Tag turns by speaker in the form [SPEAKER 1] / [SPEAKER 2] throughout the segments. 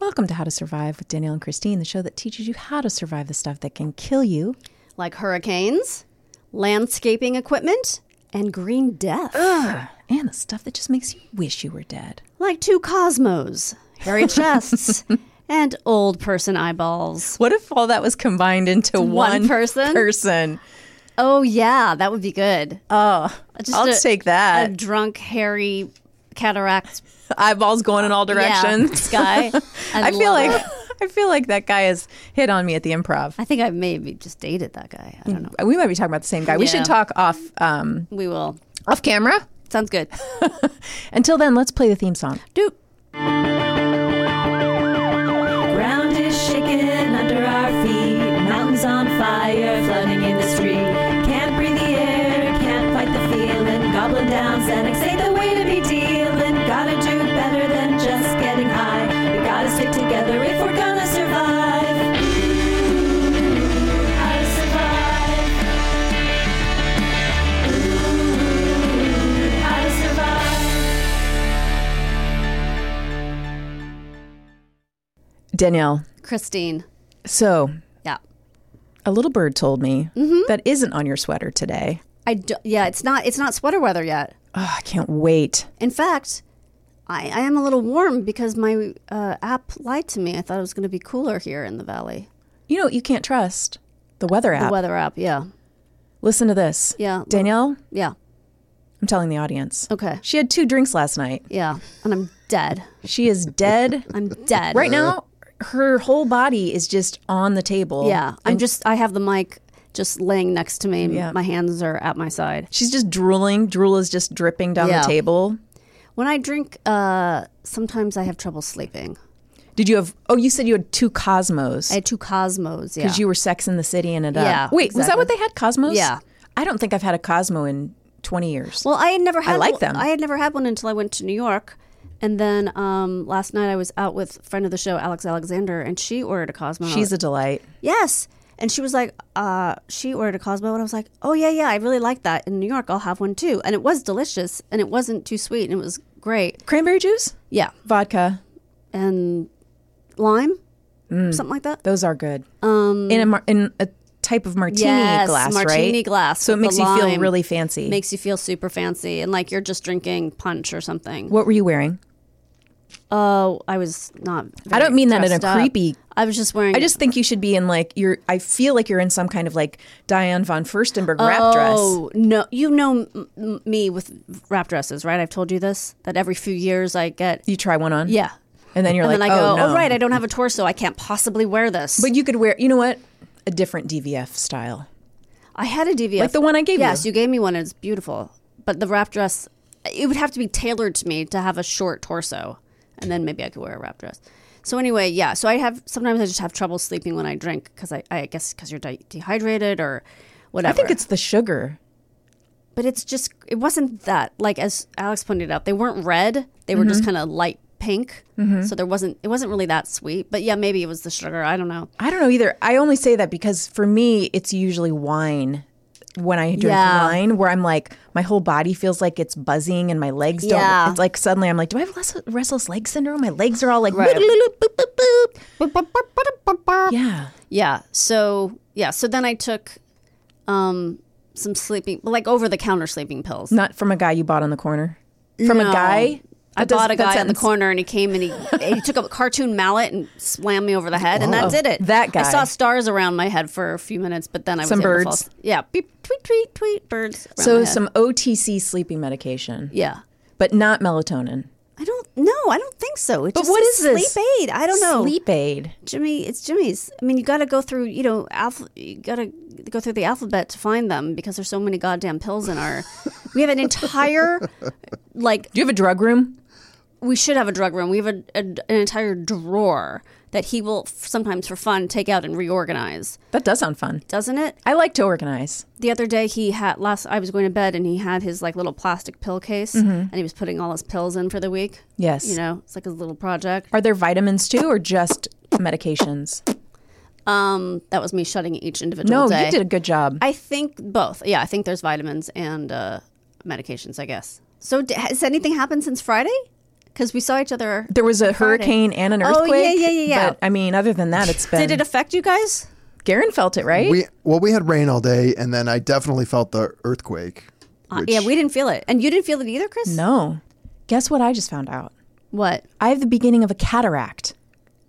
[SPEAKER 1] Welcome to How to Survive with Danielle and Christine, the show that teaches you how to survive the stuff that can kill you.
[SPEAKER 2] like hurricanes, landscaping equipment, and green death.
[SPEAKER 1] And the stuff that just makes you wish you were dead.
[SPEAKER 2] Like two cosmos, hairy chests, and old person eyeballs.
[SPEAKER 1] What if all that was combined into
[SPEAKER 2] One
[SPEAKER 1] one
[SPEAKER 2] person?
[SPEAKER 1] person?
[SPEAKER 2] Oh yeah, that would be good. Uh,
[SPEAKER 1] Oh,
[SPEAKER 2] Just
[SPEAKER 1] I'll
[SPEAKER 2] a-
[SPEAKER 1] take
[SPEAKER 2] A
[SPEAKER 1] that.
[SPEAKER 2] drunk, hairy cataract
[SPEAKER 1] Eyeballs going in all
[SPEAKER 2] yeah,
[SPEAKER 1] directions.
[SPEAKER 2] sky.
[SPEAKER 1] I feel like I feel like that guy has hit on me at the improv.
[SPEAKER 2] I think I maybe just dated that guy. I don't know.
[SPEAKER 1] We might be talking about the same guy. We
[SPEAKER 2] Yeah.
[SPEAKER 1] should talk off um,
[SPEAKER 2] We will.
[SPEAKER 1] off camera.
[SPEAKER 2] Sounds good.
[SPEAKER 1] Until then, let's play the theme song.
[SPEAKER 2] Dude.
[SPEAKER 3] Ground is shaken under our feet. Mountains on fire, flooding in the street. Can't breathe the air, can't fight the feeling. Goblin down, Xanax ain't the way to be dealing. Gotta do better than just getting high. We gotta stick together if we're gonna survive. Ooh, how to survive. Ooh, how to survive.
[SPEAKER 1] Danielle.
[SPEAKER 2] Christine.
[SPEAKER 1] So
[SPEAKER 2] Yeah.
[SPEAKER 1] a little bird told me that isn't on your sweater today.
[SPEAKER 2] I do, yeah, it's not it's not sweater weather yet.
[SPEAKER 1] Oh, I can't wait.
[SPEAKER 2] In fact, I, I am a little warm because my uh, app lied to me. I thought it was going to be cooler here in the valley.
[SPEAKER 1] You know what you can't trust? The weather app.
[SPEAKER 2] The weather app, yeah.
[SPEAKER 1] Listen to this.
[SPEAKER 2] Yeah.
[SPEAKER 1] Danielle,
[SPEAKER 2] Yeah.
[SPEAKER 1] I'm telling the audience.
[SPEAKER 2] Okay.
[SPEAKER 1] She had two drinks last night.
[SPEAKER 2] Yeah. And I'm dead.
[SPEAKER 1] She is dead.
[SPEAKER 2] I'm dead.
[SPEAKER 1] right now, her whole body is just on the table.
[SPEAKER 2] Uh-huh. Yeah. I'm just, I have the mic just laying next to me. and
[SPEAKER 1] Yeah.
[SPEAKER 2] My hands are at my side.
[SPEAKER 1] She's just drooling. Drool is just dripping down
[SPEAKER 2] Yeah.
[SPEAKER 1] the table.
[SPEAKER 2] When I drink, uh, sometimes I have trouble sleeping.
[SPEAKER 1] Did you have, oh, you said you had two Cosmos
[SPEAKER 2] I had two Cosmos. Yeah.
[SPEAKER 1] because you were Sex in the City and it up.
[SPEAKER 2] Yeah,
[SPEAKER 1] Wait, was that
[SPEAKER 2] exactly.
[SPEAKER 1] what they had? Cosmos?
[SPEAKER 2] Yeah.
[SPEAKER 1] I don't think I've had a Cosmo in 20 years.
[SPEAKER 2] Well, I had never had.
[SPEAKER 1] like
[SPEAKER 2] one-
[SPEAKER 1] them.
[SPEAKER 2] I had never had one until I went to New York, and then um, last night I was out with a friend of the show, Alex Alexander, and she ordered a Cosmo.
[SPEAKER 1] She's a delight.
[SPEAKER 2] yes, and she was like, uh, she ordered a Cosmo, and I was like, oh yeah, yeah, I really like that in New York. I'll have one too, and it was delicious, and it wasn't too sweet, and it was great.
[SPEAKER 1] Cranberry juice?
[SPEAKER 2] Yeah,
[SPEAKER 1] Vodka.
[SPEAKER 2] and lime,
[SPEAKER 1] Mm.
[SPEAKER 2] something like that.
[SPEAKER 1] Those are good. Um, in a mar- in a type of martini
[SPEAKER 2] Yes,
[SPEAKER 1] glass, right?
[SPEAKER 2] martini glass
[SPEAKER 1] So it
[SPEAKER 2] with
[SPEAKER 1] makes
[SPEAKER 2] the
[SPEAKER 1] you feel
[SPEAKER 2] lime.
[SPEAKER 1] really fancy.
[SPEAKER 2] Makes you feel super fancy and like you're just drinking punch or something.
[SPEAKER 1] what were you wearing?
[SPEAKER 2] Oh, I was not.
[SPEAKER 1] I don't
[SPEAKER 2] very
[SPEAKER 1] mean that in a
[SPEAKER 2] dressed up.
[SPEAKER 1] creepy-
[SPEAKER 2] I was just wearing.
[SPEAKER 1] I just think you should be in like you're. I feel like you're in some kind of like Diane von Furstenberg wrap dress.
[SPEAKER 2] Oh no, you know m- m- me with wrap dresses, right? I've told you this that every few years I get
[SPEAKER 1] You try one on,
[SPEAKER 2] yeah,
[SPEAKER 1] and then you're
[SPEAKER 2] and
[SPEAKER 1] like,
[SPEAKER 2] then I go,
[SPEAKER 1] oh, no.
[SPEAKER 2] right, I don't have a torso, I can't possibly wear this.
[SPEAKER 1] But you could wear. You know what? A different DVF style.
[SPEAKER 2] I had a DVF,
[SPEAKER 1] Like the one I gave you.
[SPEAKER 2] Yes, you gave me one. and It's beautiful, but the wrap dress it would have to be tailored to me to have a short torso, and then maybe I could wear a wrap dress. So anyway, yeah. So I have sometimes I just have trouble sleeping when I drink because I, I guess because you're de- dehydrated or
[SPEAKER 1] I
[SPEAKER 2] whatever.
[SPEAKER 1] think it's the sugar. Mm-hmm.
[SPEAKER 2] but it's just it wasn't that like as alex pointed out they weren't red they were just kind of light pink, so there wasn't it wasn't really that sweet. But yeah, maybe it was the sugar. I don't know.
[SPEAKER 1] I don't know either. I only say that because for me, it's usually wine. When I drink
[SPEAKER 2] Yeah.
[SPEAKER 1] wine, where I'm like, my whole body feels like it's buzzing and my legs don't.
[SPEAKER 2] Yeah.
[SPEAKER 1] It's like suddenly I'm like, do I have less, restless leg syndrome? My legs are all like,
[SPEAKER 2] Right.
[SPEAKER 1] boop, boop, boop, boop. yeah.
[SPEAKER 2] Yeah. So yeah. So then I took um some sleeping like over the counter sleeping pills.
[SPEAKER 1] Not from a guy you bought on the corner. From a
[SPEAKER 2] No.
[SPEAKER 1] guy?
[SPEAKER 2] I
[SPEAKER 1] That does-
[SPEAKER 2] bought a
[SPEAKER 1] that
[SPEAKER 2] guy in the
[SPEAKER 1] sounds-
[SPEAKER 2] corner and he came and he he took a cartoon mallet and slammed me over the head and that did it.
[SPEAKER 1] Oh, That guy.
[SPEAKER 2] I saw stars around my head for a few minutes, but then I was
[SPEAKER 1] Some
[SPEAKER 2] able to fall
[SPEAKER 1] birds.
[SPEAKER 2] asleep. Yeah. Beep, tweet tweet tweet birds. around my
[SPEAKER 1] So
[SPEAKER 2] head.
[SPEAKER 1] some OTC sleeping medication,
[SPEAKER 2] yeah.
[SPEAKER 1] but not melatonin.
[SPEAKER 2] I don't know. I don't think so. It's
[SPEAKER 1] But
[SPEAKER 2] just
[SPEAKER 1] what
[SPEAKER 2] a
[SPEAKER 1] is
[SPEAKER 2] sleep
[SPEAKER 1] this?
[SPEAKER 2] aid? I don't know.
[SPEAKER 1] Sleep aid.
[SPEAKER 2] Jimmy, it's Jimmy's. I mean, you got to go through, you know, alpha, you got to go through the alphabet to find them because there's so many goddamn pills in our. we have an entire, like,
[SPEAKER 1] Do you have a drug room?
[SPEAKER 2] we should have a drug room. We have a, a- an entire drawer that he will f- sometimes for fun take out and reorganize,
[SPEAKER 1] That does sound fun.
[SPEAKER 2] doesn't it?
[SPEAKER 1] I like to organize.
[SPEAKER 2] The other day he had last. I was going to bed and he had his like little plastic pill case and he was putting all his pills in for the week.
[SPEAKER 1] Yes.
[SPEAKER 2] You know, it's like his little project.
[SPEAKER 1] Are there vitamins too, or just medications?
[SPEAKER 2] Um, that was me shutting each individual
[SPEAKER 1] No,
[SPEAKER 2] day.
[SPEAKER 1] you did a good job.
[SPEAKER 2] I think both. Yeah, I think there's vitamins and uh, medications, I guess. So d- has anything happened since Friday? Because we saw each other.
[SPEAKER 1] There was a hurricane and an earthquake.
[SPEAKER 2] Oh, yeah, yeah, yeah, yeah.
[SPEAKER 1] But I mean, other than that, it's been.
[SPEAKER 2] Did it affect you guys?
[SPEAKER 1] Garen felt it, right?
[SPEAKER 4] We well, we had rain all day, and then I definitely felt the earthquake.
[SPEAKER 2] Uh, yeah, we didn't feel it. And you didn't feel it either, Chris?
[SPEAKER 1] no. Guess what I just found out?
[SPEAKER 2] What?
[SPEAKER 1] I have the beginning of a cataract.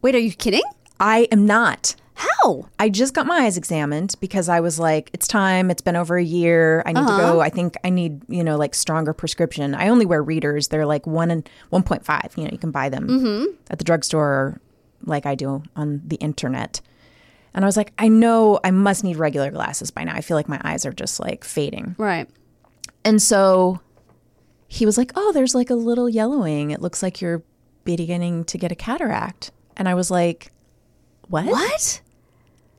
[SPEAKER 2] Wait, are you kidding?
[SPEAKER 1] I am not.
[SPEAKER 2] How?
[SPEAKER 1] I just got my eyes examined because I was like, it's time. It's been over a year. I need to go. I think I need, you know, like stronger prescription. I only wear readers. They're like one and one point five. You know, you can buy them at the drugstore, or like I do on the internet. And I was like, I know I must need regular glasses by now. I feel like my eyes are just like fading.
[SPEAKER 2] Right.
[SPEAKER 1] And so he was like, Oh, there's like a little yellowing. It looks like you're beginning to get a cataract. And I was like, What?
[SPEAKER 2] What?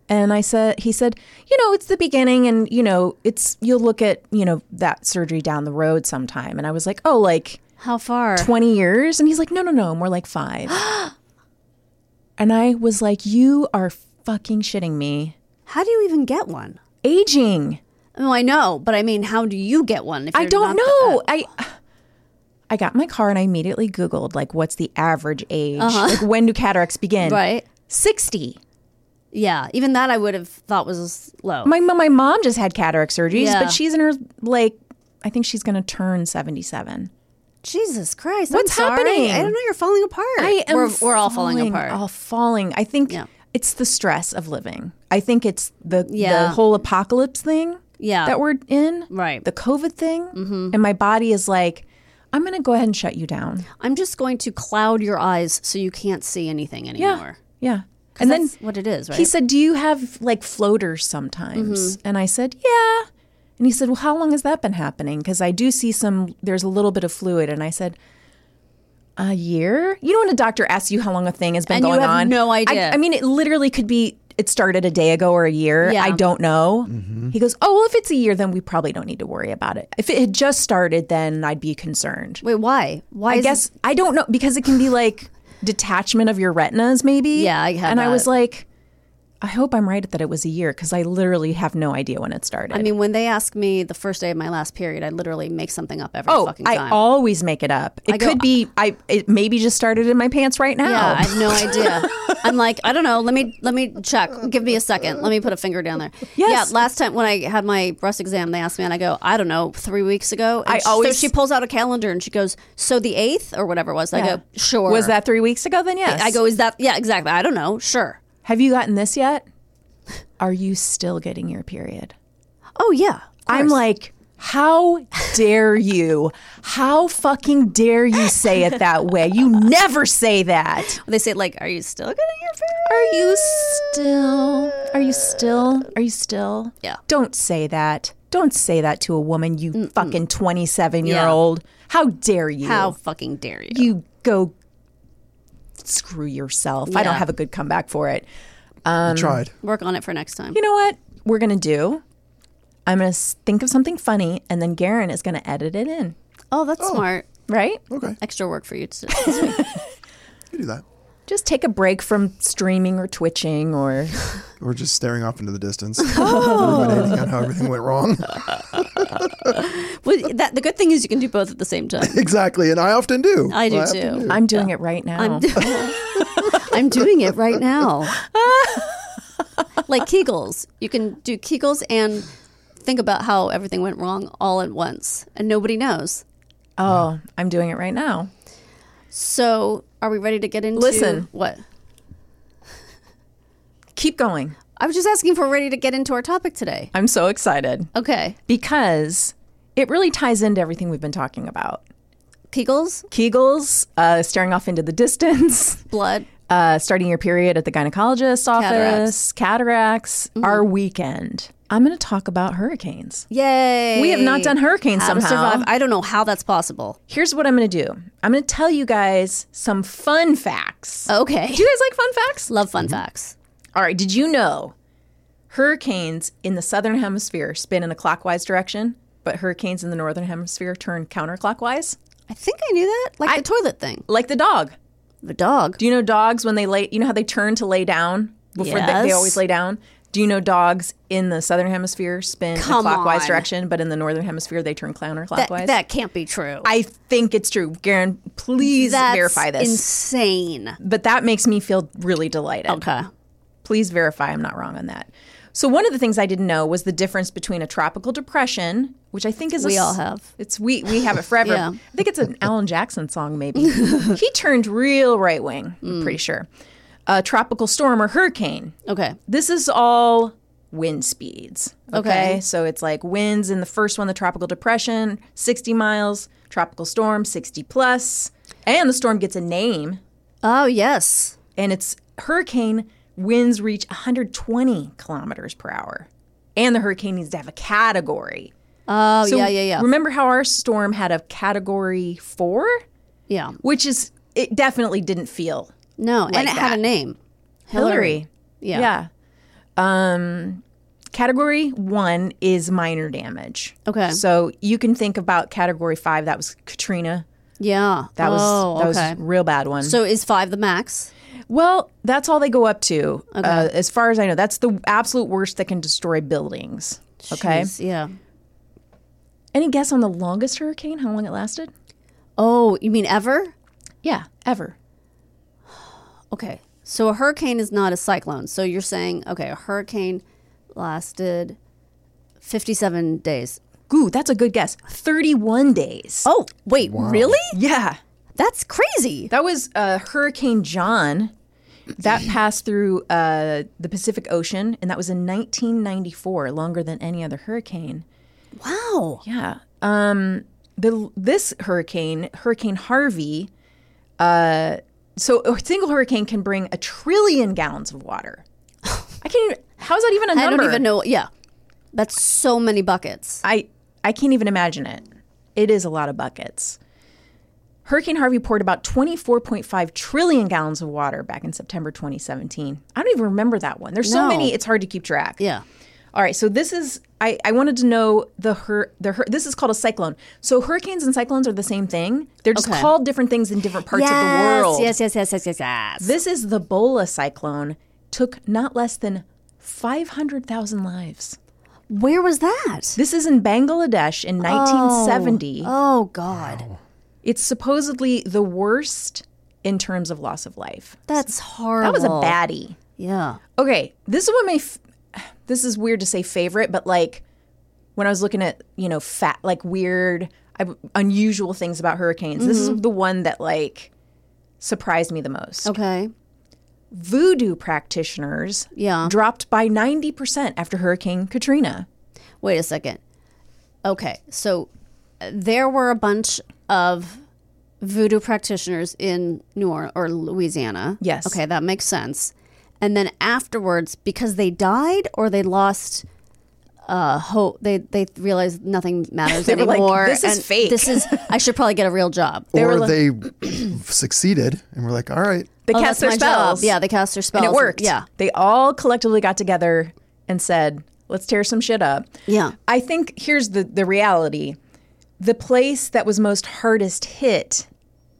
[SPEAKER 1] And I said, he said, you know, it's the beginning, and you know, it's you'll look at you know that surgery down the road sometime. And I was like, oh, like
[SPEAKER 2] How far?
[SPEAKER 1] twenty years? And he's like, no, no, no, more like five. and I was like, you are fucking shitting me.
[SPEAKER 2] How do you even get one?
[SPEAKER 1] Aging.
[SPEAKER 2] Oh, I know, but I mean, how do you get one? If
[SPEAKER 1] I
[SPEAKER 2] you're
[SPEAKER 1] don't
[SPEAKER 2] not-
[SPEAKER 1] know.
[SPEAKER 2] uh,
[SPEAKER 1] I I got in my car and I immediately Googled like, what's the average age? Like, when do cataracts begin?
[SPEAKER 2] Uh-huh. right?
[SPEAKER 1] Sixty.
[SPEAKER 2] Yeah. Even that I would have thought was low.
[SPEAKER 1] My my mom just had cataract surgeries,
[SPEAKER 2] Yeah.
[SPEAKER 1] but she's in her like, I think she's going to turn seventy seven.
[SPEAKER 2] Jesus Christ.
[SPEAKER 1] What's
[SPEAKER 2] I'm sorry.
[SPEAKER 1] happening?
[SPEAKER 2] I don't know. You're falling apart.
[SPEAKER 1] I am
[SPEAKER 2] we're, we're all falling, apart.
[SPEAKER 1] All falling. I think
[SPEAKER 2] Yeah.
[SPEAKER 1] it's the stress of living. I think it's the the
[SPEAKER 2] Yeah.
[SPEAKER 1] whole apocalypse thing
[SPEAKER 2] Yeah.
[SPEAKER 1] that we're in.
[SPEAKER 2] Right. Mm-hmm.
[SPEAKER 1] The COVID thing. And my body is like, I'm gonna go ahead and shut you down.
[SPEAKER 2] I'm just going to cloud your eyes so you can't see anything anymore.
[SPEAKER 1] Yeah. And then
[SPEAKER 2] That's what it is, right? Mm-hmm.
[SPEAKER 1] he said, Do you have like floaters sometimes? And I said, Yeah. And he said, Well, how long has that been happening? Because I do see some, there's a little bit of fluid. And I said, A year? You know, when a doctor asks you how long a thing has been
[SPEAKER 2] And you
[SPEAKER 1] going
[SPEAKER 2] have
[SPEAKER 1] on?
[SPEAKER 2] no
[SPEAKER 1] I-
[SPEAKER 2] idea.
[SPEAKER 1] I, mean, it literally could be, it started a day ago or a year.
[SPEAKER 2] Yeah.
[SPEAKER 1] I don't know. He goes, Oh, well, if it's a year, then we probably don't need to worry about it. If it had just started, then I'd be concerned.
[SPEAKER 2] Wait, why? Why?
[SPEAKER 1] I
[SPEAKER 2] is
[SPEAKER 1] guess I don't know because it can be like detachment of your retinas, maybe.
[SPEAKER 2] Yeah, I have
[SPEAKER 1] And I
[SPEAKER 2] that.
[SPEAKER 1] was like, I hope I'm right that it was a year because I literally have no idea when it started.
[SPEAKER 2] I mean, when they ask me the first day of my last period, I literally make something up every
[SPEAKER 1] oh,
[SPEAKER 2] fucking
[SPEAKER 1] I
[SPEAKER 2] time.
[SPEAKER 1] always make it up. It
[SPEAKER 2] I go-
[SPEAKER 1] could be I. It maybe just started in my pants right now.
[SPEAKER 2] yeah, I have no idea. I'm like, I don't know. Let me let me check. Give me a second. Let me put a finger down there.
[SPEAKER 1] Yes.
[SPEAKER 2] Yeah. Last time when I had my breast exam, they asked me, and I go, I don't know, three weeks ago. And
[SPEAKER 1] I
[SPEAKER 2] sh- so
[SPEAKER 1] always-
[SPEAKER 2] she pulls out a calendar and she goes, so the eighth or whatever it was. I
[SPEAKER 1] Yeah.
[SPEAKER 2] go, sure.
[SPEAKER 1] Was that three weeks ago? Then yes.
[SPEAKER 2] I go, is that? Yeah, exactly. I don't know. Sure.
[SPEAKER 1] Have you gotten this yet? Are you still getting your period?
[SPEAKER 2] Oh yeah. of
[SPEAKER 1] I'm
[SPEAKER 2] course.
[SPEAKER 1] like, how dare you? How fucking dare you say it that way? You never say that.
[SPEAKER 2] They say like, "Are you still getting your period?"
[SPEAKER 1] Are you still? Are you still? Are you still?
[SPEAKER 2] Yeah.
[SPEAKER 1] Don't say that. Don't say that to a woman, you fucking 27 year old. How dare you?
[SPEAKER 2] How fucking dare you?
[SPEAKER 1] You go screw yourself. I don't
[SPEAKER 2] Yeah.
[SPEAKER 1] have a good comeback for it.
[SPEAKER 4] I
[SPEAKER 2] um,
[SPEAKER 4] tried.
[SPEAKER 2] Work on it for next time.
[SPEAKER 1] You know what we're going to do? I'm going to think of something funny and then Garen is going to edit it in,
[SPEAKER 2] Oh, that's smart.
[SPEAKER 1] right?
[SPEAKER 4] Okay.
[SPEAKER 2] Extra work for you to.
[SPEAKER 4] could do that.
[SPEAKER 1] Just take a break from streaming or twitching or
[SPEAKER 4] Or just staring off into the distance, ruminating on how everything went wrong.
[SPEAKER 2] Well, that, the good thing is you can do both at the same time.
[SPEAKER 4] exactly, and I often do.
[SPEAKER 2] I do
[SPEAKER 4] have to
[SPEAKER 2] too.
[SPEAKER 1] I'm doing it right now.
[SPEAKER 2] I'm, do- I'm doing it right now. like Kegels. You can do Kegels and think about how everything went wrong all at once and nobody knows.
[SPEAKER 1] oh, I'm doing it right now.
[SPEAKER 2] So, are we ready to get into
[SPEAKER 1] Listen.
[SPEAKER 2] what?
[SPEAKER 1] Keep going.
[SPEAKER 2] I was just asking if we're ready to get into our topic today.
[SPEAKER 1] I'm so excited
[SPEAKER 2] Okay.
[SPEAKER 1] because it really ties into everything we've been talking about.
[SPEAKER 2] Kegels,
[SPEAKER 1] Kegels, uh, staring off into the distance,
[SPEAKER 2] blood,
[SPEAKER 1] uh, starting your period at the gynecologist's office, cataracts, Mm-hmm. our weekend. I'm going to talk about hurricanes.
[SPEAKER 2] Yay.
[SPEAKER 1] We have not done hurricanes
[SPEAKER 2] How to
[SPEAKER 1] somehow.
[SPEAKER 2] survive. I don't know how that's possible.
[SPEAKER 1] Here's what I'm going to do I'm going to tell you guys some fun facts.
[SPEAKER 2] Okay.
[SPEAKER 1] Do you guys like fun facts?
[SPEAKER 2] Love fun facts.
[SPEAKER 1] All right, did you know hurricanes in the southern hemisphere spin in a clockwise direction, but hurricanes in the northern hemisphere turn counterclockwise?
[SPEAKER 2] I think I knew that. Like the toilet thing.
[SPEAKER 1] Like the dog.
[SPEAKER 2] The dog.
[SPEAKER 1] Do you know dogs when they lay, you know how they turn to lay down before they, they
[SPEAKER 2] Yes.
[SPEAKER 1] always lay down? Do you know dogs in the southern hemisphere spin
[SPEAKER 2] Come
[SPEAKER 1] in a clockwise
[SPEAKER 2] on.
[SPEAKER 1] direction, but in the northern hemisphere they turn
[SPEAKER 2] That,
[SPEAKER 1] counterclockwise?
[SPEAKER 2] that can't be true.
[SPEAKER 1] I think it's true. Garen, please
[SPEAKER 2] That's
[SPEAKER 1] verify this.
[SPEAKER 2] Insane.
[SPEAKER 1] but that makes me feel really delighted.
[SPEAKER 2] Okay.
[SPEAKER 1] please verify I'm not wrong on that. So one of the things I didn't know was the difference between a tropical depression, which I think is a
[SPEAKER 2] We
[SPEAKER 1] s-
[SPEAKER 2] all have.
[SPEAKER 1] It's we we have it forever.
[SPEAKER 2] Yeah.
[SPEAKER 1] I think it's an Alan Jackson song. Maybe he turned real right wing.
[SPEAKER 2] Mm.
[SPEAKER 1] I'm pretty sure. A tropical storm or hurricane.
[SPEAKER 2] Okay.
[SPEAKER 1] This is all wind speeds. Okay?
[SPEAKER 2] Okay.
[SPEAKER 1] So it's like winds in the first one, the tropical depression, 60 miles, tropical storm, 60 plus, and the storm gets a name
[SPEAKER 2] Oh yes.
[SPEAKER 1] and it's hurricane winds reach 120 kilometers per hour and the hurricane needs to have a category
[SPEAKER 2] Oh
[SPEAKER 1] So
[SPEAKER 2] yeah, yeah, yeah,
[SPEAKER 1] remember how our storm had a category four
[SPEAKER 2] yeah.
[SPEAKER 1] which is it definitely didn't feel
[SPEAKER 2] No, and it
[SPEAKER 1] that.
[SPEAKER 2] had a name.
[SPEAKER 1] hillary,
[SPEAKER 2] Yeah.
[SPEAKER 1] yeah um category one is minor damage
[SPEAKER 2] Okay.
[SPEAKER 1] so you can think about category five that was katrina
[SPEAKER 2] Yeah.
[SPEAKER 1] that was
[SPEAKER 2] Oh,
[SPEAKER 1] that
[SPEAKER 2] okay.
[SPEAKER 1] was a real bad one
[SPEAKER 2] so is five the max?
[SPEAKER 1] Well, that's all they go up to. Uh, as far as I know, that's the absolute worst that can destroy buildings. Okay.
[SPEAKER 2] Jeez, yeah.
[SPEAKER 1] Any guess on the longest hurricane? How long it lasted?
[SPEAKER 2] Oh, you mean ever?
[SPEAKER 1] Yeah, ever.
[SPEAKER 2] Okay. So a hurricane is not a cyclone. So you're saying okay, a hurricane lasted fifty-seven days.
[SPEAKER 1] Ooh, that's a good guess. 31 days.
[SPEAKER 2] Oh wait, really?
[SPEAKER 1] yeah.
[SPEAKER 2] That's crazy.
[SPEAKER 1] That was uh, Hurricane John that passed through uh, the Pacific Ocean, and that was in 1994, longer than any other hurricane.
[SPEAKER 2] Wow.
[SPEAKER 1] Yeah. Um, the this hurricane, Hurricane Harvey, uh, so a single hurricane can bring a trillion gallons of water. I can't. Even, how's that even a
[SPEAKER 2] I
[SPEAKER 1] number?
[SPEAKER 2] don't even know. Yeah. That's so many buckets.
[SPEAKER 1] I I can't even imagine it. It is a lot of buckets. Hurricane Harvey poured about 24.5 trillion gallons of water back in September 2017. I don't even remember that one. There's so
[SPEAKER 2] No.
[SPEAKER 1] many, it's hard to keep track.
[SPEAKER 2] Yeah.
[SPEAKER 1] All right, so this is I, I wanted to know the hur the hur- this is called a cyclone. So hurricanes and cyclones are the same thing. They're just
[SPEAKER 2] Okay.
[SPEAKER 1] called different things in different parts of
[SPEAKER 2] yes,
[SPEAKER 1] the world.
[SPEAKER 2] Yes, yes, yes, yes, yes, yes.
[SPEAKER 1] This is the Bola cyclone took not less than 500,000 lives.
[SPEAKER 2] Where was that?
[SPEAKER 1] This is in Bangladesh in 1970.
[SPEAKER 2] Oh God,
[SPEAKER 1] It's supposedly the worst in terms of loss of life.
[SPEAKER 2] that's horrible.
[SPEAKER 1] That was a baddie.
[SPEAKER 2] Yeah.
[SPEAKER 1] Okay, this is one of my. F- this is weird to say favorite, but like when I was looking at you know fat like weird I, unusual things about hurricanes, this
[SPEAKER 2] Mm-hmm.
[SPEAKER 1] is the one that like surprised me the most.
[SPEAKER 2] Okay.
[SPEAKER 1] Voodoo practitioners
[SPEAKER 2] Yeah.
[SPEAKER 1] dropped by ninety percent after Hurricane Katrina.
[SPEAKER 2] Wait a second. Okay, so uh, there were a bunch of voodoo practitioners in New Orleans or Louisiana.
[SPEAKER 1] Yes.
[SPEAKER 2] Okay, that makes sense. And then afterwards, because they died or they lost uh, hope, they they realized nothing matters
[SPEAKER 1] They were like,
[SPEAKER 2] anymore.
[SPEAKER 1] "This is
[SPEAKER 2] and
[SPEAKER 1] fake."
[SPEAKER 2] This is. I should probably get a real job.
[SPEAKER 1] They were
[SPEAKER 4] or
[SPEAKER 1] like-
[SPEAKER 4] they succeeded, and we're like, all right,
[SPEAKER 1] They
[SPEAKER 2] Oh,
[SPEAKER 1] cast
[SPEAKER 2] that's
[SPEAKER 1] their
[SPEAKER 2] my job.
[SPEAKER 1] spells.
[SPEAKER 2] Yeah, they cast their spells.
[SPEAKER 1] and it worked.
[SPEAKER 2] Yeah.
[SPEAKER 1] they all collectively got together and said, "Let's tear some shit up."
[SPEAKER 2] Yeah.
[SPEAKER 1] I think here's the the reality: the place that was most hardest hit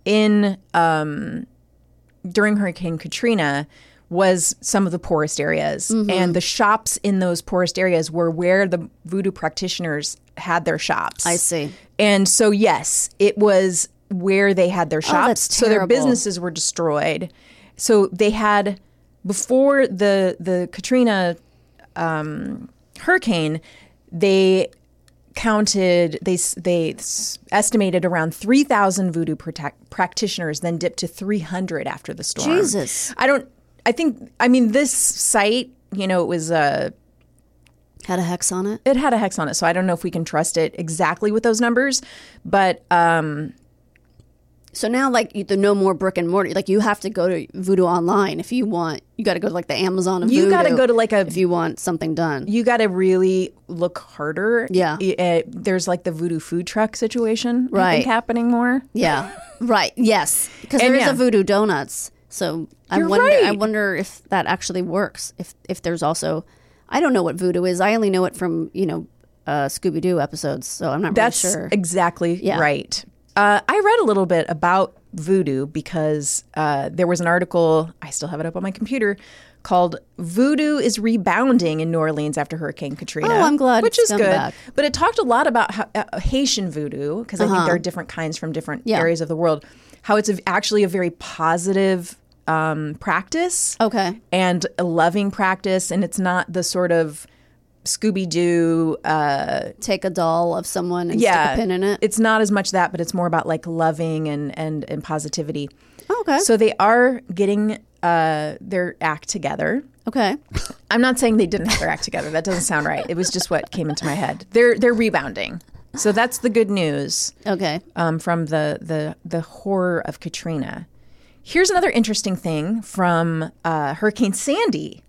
[SPEAKER 1] in um, during Hurricane Katrina was some of the poorest areas. And the shops in those poorest areas were where the voodoo practitioners had their shops.
[SPEAKER 2] I see.
[SPEAKER 1] And so, yes, it was where they had their shops.
[SPEAKER 2] Oh, that's
[SPEAKER 1] so their
[SPEAKER 2] terrible.
[SPEAKER 1] businesses were destroyed. So they had before the the Katrina um, hurricane, they counted they s- they s- estimated around 3000 voodoo protect, practitioners then dipped to 300 after the storm
[SPEAKER 2] Jesus.
[SPEAKER 1] i don't i think i mean this site you know it was uh
[SPEAKER 2] Had a hex on it.
[SPEAKER 1] it had a hex on it, so I don't know if we can trust it exactly with those numbers. But uh,
[SPEAKER 2] So now, like you, the no more brick and mortar. Like you have to go to Voodoo online if you want. You got to go to like the Amazon. Of
[SPEAKER 1] You gotta
[SPEAKER 2] Voodoo
[SPEAKER 1] go to, like, a-
[SPEAKER 2] if you want something done.
[SPEAKER 1] you got to really look harder.
[SPEAKER 2] Yeah.
[SPEAKER 1] Y- uh, there's like the voodoo food truck situation, I
[SPEAKER 2] Right.
[SPEAKER 1] think, happening more.
[SPEAKER 2] yeah, right. Yes, because
[SPEAKER 1] And
[SPEAKER 2] there is
[SPEAKER 1] yeah.
[SPEAKER 2] a Voodoo Donuts. So I
[SPEAKER 1] You're
[SPEAKER 2] wonder. I
[SPEAKER 1] right.
[SPEAKER 2] wonder if that actually works. If if there's also, I don't know what Voodoo is. I only know it from you know uh, Scooby Doo episodes. So I'm not
[SPEAKER 1] That's
[SPEAKER 2] really sure.
[SPEAKER 1] exactly
[SPEAKER 2] Yeah.
[SPEAKER 1] right. Uh, I read a little bit about voodoo because uh, there was an article, I still have it up on my computer, called Voodoo is Rebounding in New Orleans After Hurricane Katrina.
[SPEAKER 2] Oh, I'm glad
[SPEAKER 1] Which
[SPEAKER 2] it's
[SPEAKER 1] is
[SPEAKER 2] come
[SPEAKER 1] good.
[SPEAKER 2] back.
[SPEAKER 1] But it talked a lot about how, uh, Haitian voodoo, because I think there are different kinds from different
[SPEAKER 2] Uh-huh. Yeah.
[SPEAKER 1] areas of the world, how it's a, actually a very positive um, practice
[SPEAKER 2] okay.
[SPEAKER 1] and a loving practice. And it's not the sort of uh, Scooby Doo
[SPEAKER 2] Take a doll of someone and stick a pin in it.
[SPEAKER 1] it's not as much that, but it's more about like loving and and and positivity.
[SPEAKER 2] okay.
[SPEAKER 1] So they are getting uh, their act together.
[SPEAKER 2] okay.
[SPEAKER 1] I'm not saying they didn't have their act together. That doesn't sound right. It was just what came into my head. They're they're rebounding. So that's the good news
[SPEAKER 2] Okay.
[SPEAKER 1] um, from the, the the horror of Katrina. Here's another interesting thing from uh, Hurricane Sandy,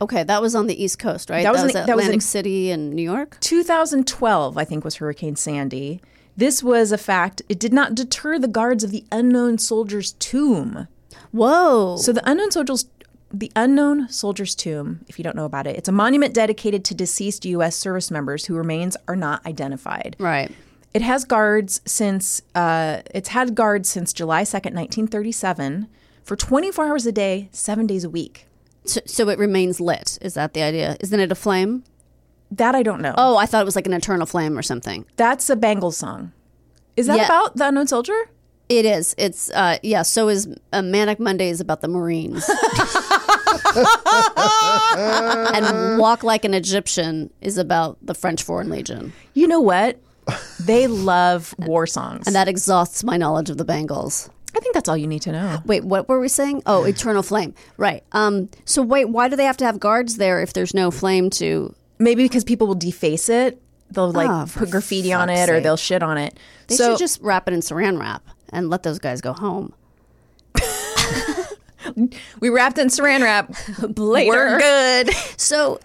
[SPEAKER 2] Okay, that was on the East Coast, right?
[SPEAKER 1] That was in- that
[SPEAKER 2] Atlantic
[SPEAKER 1] was in-
[SPEAKER 2] City and New York.
[SPEAKER 1] 2012. I think was Hurricane Sandy. This was a fact. It did not deter the guards of the unknown soldier's tomb
[SPEAKER 2] Whoa!
[SPEAKER 1] So the unknown soldiers, the unknown soldier's tomb. If you don't know about it, it's a monument dedicated to deceased U.S. service members whose remains are not identified.
[SPEAKER 2] right.
[SPEAKER 1] It has guards since uh, it's had guards since July second, nineteen thirty-seven, for twenty-four hours a day, seven days a week.
[SPEAKER 2] So, so it remains lit. Is that the idea? Isn't it a flame?
[SPEAKER 1] That I don't know.
[SPEAKER 2] Oh, I thought it was like an eternal flame or something.
[SPEAKER 1] That's a Bangles song. Is that
[SPEAKER 2] Yeah.
[SPEAKER 1] about the unknown soldier?
[SPEAKER 2] It is. It's uh yeah. So is uh, Manic Mondays about the Marines. and Walk Like an Egyptian is about the French Foreign Legion.
[SPEAKER 1] You know what? They love war songs.
[SPEAKER 2] And that exhausts my knowledge of the Bengals.
[SPEAKER 1] I think that's all you need to know.
[SPEAKER 2] Wait, what were we saying? Oh, eternal flame. Right. Um. So wait, why do they have to have guards there if there's no flame to
[SPEAKER 1] Maybe because people will deface it. They'll like
[SPEAKER 2] Oh, for
[SPEAKER 1] put graffiti on it
[SPEAKER 2] fuck's
[SPEAKER 1] or
[SPEAKER 2] sake.
[SPEAKER 1] they'll shit on it.
[SPEAKER 2] They
[SPEAKER 1] so
[SPEAKER 2] should just wrap it in saran wrap and let those guys go home.
[SPEAKER 1] we wrapped in saran wrap.
[SPEAKER 2] Later.
[SPEAKER 1] We're good.
[SPEAKER 2] So,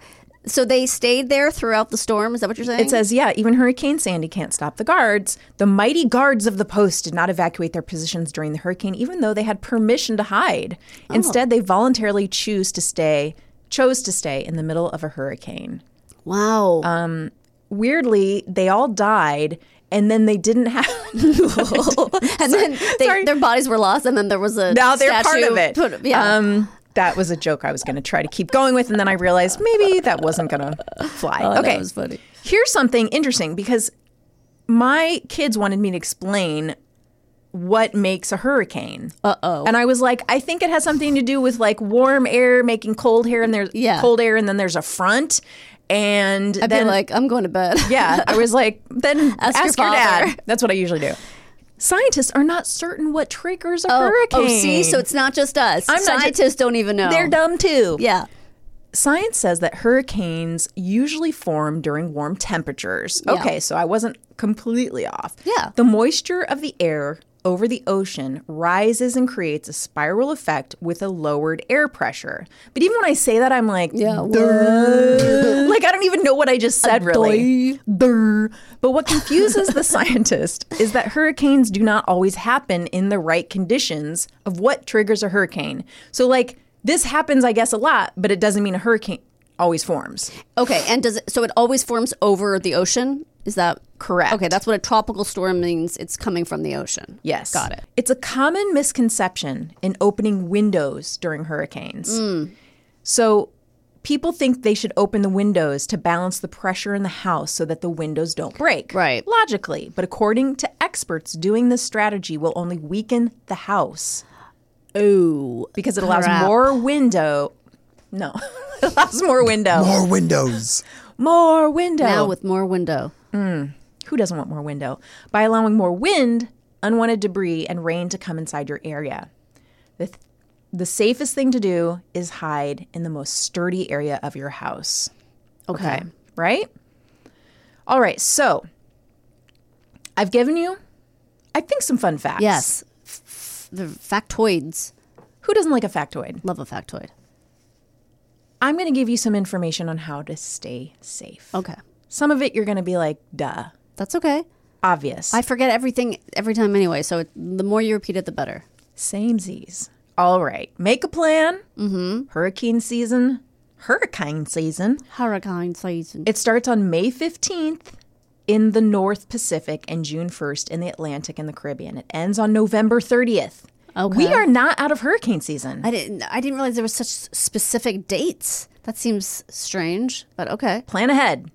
[SPEAKER 2] so they stayed there throughout the storm. Is that what you're saying?
[SPEAKER 1] It says, yeah, even Hurricane Sandy can't stop the guards. The mighty guards of the post did not evacuate their positions during the hurricane, even though they had permission to hide.
[SPEAKER 2] Oh.
[SPEAKER 1] Instead, they voluntarily choose to stay, chose to stay in the middle of a hurricane.
[SPEAKER 2] wow.
[SPEAKER 1] uh, Weirdly, they all died, and then they didn't have.
[SPEAKER 2] and then they,
[SPEAKER 1] sorry.
[SPEAKER 2] their bodies were lost, and then there was a
[SPEAKER 1] now they're part
[SPEAKER 2] statue
[SPEAKER 1] of it.
[SPEAKER 2] put- yeah.
[SPEAKER 1] Um, that was a joke I was going to try to keep going with, and then I realized maybe that wasn't going to fly. okay,
[SPEAKER 2] Oh, was funny.
[SPEAKER 1] Here's something interesting because my kids wanted me to explain what makes a hurricane. Uh oh. And I was like, I think it has something to do with like warm air making cold air, and there's
[SPEAKER 2] Yeah.
[SPEAKER 1] cold air, and then there's a front, and
[SPEAKER 2] I'd
[SPEAKER 1] then
[SPEAKER 2] be like, I'm going to bed.
[SPEAKER 1] yeah, I was like, then ask,
[SPEAKER 2] your
[SPEAKER 1] your,
[SPEAKER 2] father.
[SPEAKER 1] dad. That's what I usually do. Scientists are not certain what triggers a
[SPEAKER 2] Oh,
[SPEAKER 1] hurricane.
[SPEAKER 2] oh, see, so it's not just us.
[SPEAKER 1] I'm not ju-
[SPEAKER 2] Scientists don't even know.
[SPEAKER 1] they're dumb too.
[SPEAKER 2] Yeah.
[SPEAKER 1] Science says that hurricanes usually form during warm temperatures. Okay, so I wasn't completely off.
[SPEAKER 2] Yeah.
[SPEAKER 1] The moisture of the air over the ocean rises and creates a spiral effect with a lowered air pressure. But even when I say that, I'm like, yeah, like I don't even know what I just said, really. Durr. But what confuses the scientist is that hurricanes do not always happen in the right conditions of what triggers a hurricane. So, like, this happens, I guess, a lot, but it doesn't mean a hurricane always forms.
[SPEAKER 2] Okay. And does it? So it always forms over the ocean. Is that
[SPEAKER 1] Correct.
[SPEAKER 2] Okay, that's what a tropical storm means. It's coming from the ocean.
[SPEAKER 1] Yes.
[SPEAKER 2] Got it.
[SPEAKER 1] It's a common misconception in opening windows during hurricanes.
[SPEAKER 2] Hmm.
[SPEAKER 1] So people think they should open the windows to balance the pressure in the house so that the windows don't break.
[SPEAKER 2] Right.
[SPEAKER 1] Logically. But according to experts, doing this strategy will only weaken the house
[SPEAKER 2] Oh.
[SPEAKER 1] because it allows
[SPEAKER 2] Crap.
[SPEAKER 1] more window. No, it allows more window.
[SPEAKER 4] More windows.
[SPEAKER 1] More window.
[SPEAKER 2] Now with more window.
[SPEAKER 1] Who doesn't want more window? By allowing more wind, unwanted debris, and rain to come inside your area. The, th- the safest thing to do is hide in the most sturdy area of your house,
[SPEAKER 2] Okay.
[SPEAKER 1] right? All right, so I've given you, I think, some fun facts.
[SPEAKER 2] Yes. F- f- The factoids.
[SPEAKER 1] Who doesn't like a factoid?
[SPEAKER 2] Love a factoid.
[SPEAKER 1] I'm going to give you some information on how to stay safe.
[SPEAKER 2] Okay.
[SPEAKER 1] Some of it you're going to be like, duh,
[SPEAKER 2] That's okay.
[SPEAKER 1] obvious.
[SPEAKER 2] I forget everything every time anyway, so it, the more you repeat it, the better.
[SPEAKER 1] Samesies. All right. Make a plan. Mm-hmm. Hurricane season. Hurricane season.
[SPEAKER 2] Hurricane season.
[SPEAKER 1] It starts on May 15th in the North Pacific and June 1st in the Atlantic and the Caribbean. It ends on November 30th.
[SPEAKER 2] Okay.
[SPEAKER 1] We are not out of hurricane season.
[SPEAKER 2] I didn't. I didn't realize there was such specific dates. That seems strange, but okay.
[SPEAKER 1] plan ahead.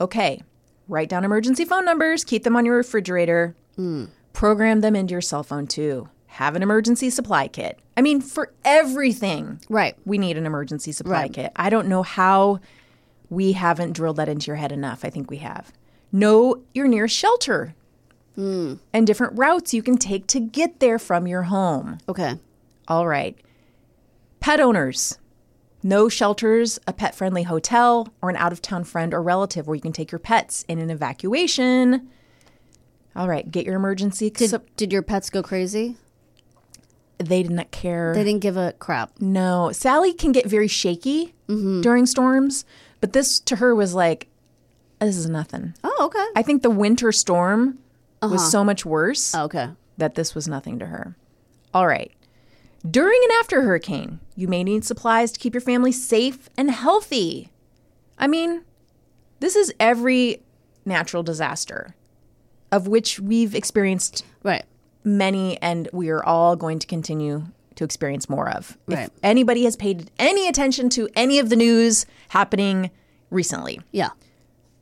[SPEAKER 1] Okay. Write down emergency phone numbers, keep them on your refrigerator, program them into your cell phone too. Have an emergency supply kit. I mean, for everything.
[SPEAKER 2] Right.
[SPEAKER 1] we need an emergency supply kit. I don't know how we haven't drilled that into your head enough. I think we have. Know your nearest shelter and different routes you can take to get there from your home.
[SPEAKER 2] Okay.
[SPEAKER 1] All right. Pet owners. Know shelters, a pet friendly hotel, or an out of town friend or relative where you can take your pets in an evacuation. All right, get your emergency.
[SPEAKER 2] Did,
[SPEAKER 1] sup-
[SPEAKER 2] did your pets go crazy?
[SPEAKER 1] they did not care.
[SPEAKER 2] They didn't give a crap.
[SPEAKER 1] No, Sally can get very shaky during storms, but this to her was like, this is nothing.
[SPEAKER 2] Oh, okay.
[SPEAKER 1] I think the winter storm was so much worse
[SPEAKER 2] Oh, okay.
[SPEAKER 1] that this was nothing to her. All right. During and after a hurricane, you may need supplies to keep your family safe and healthy. I mean, this is every natural disaster of which we've experienced
[SPEAKER 2] Right.
[SPEAKER 1] many and we are all going to continue to experience more of. If
[SPEAKER 2] Right.
[SPEAKER 1] anybody has paid any attention to any of the news happening recently,
[SPEAKER 2] Yeah.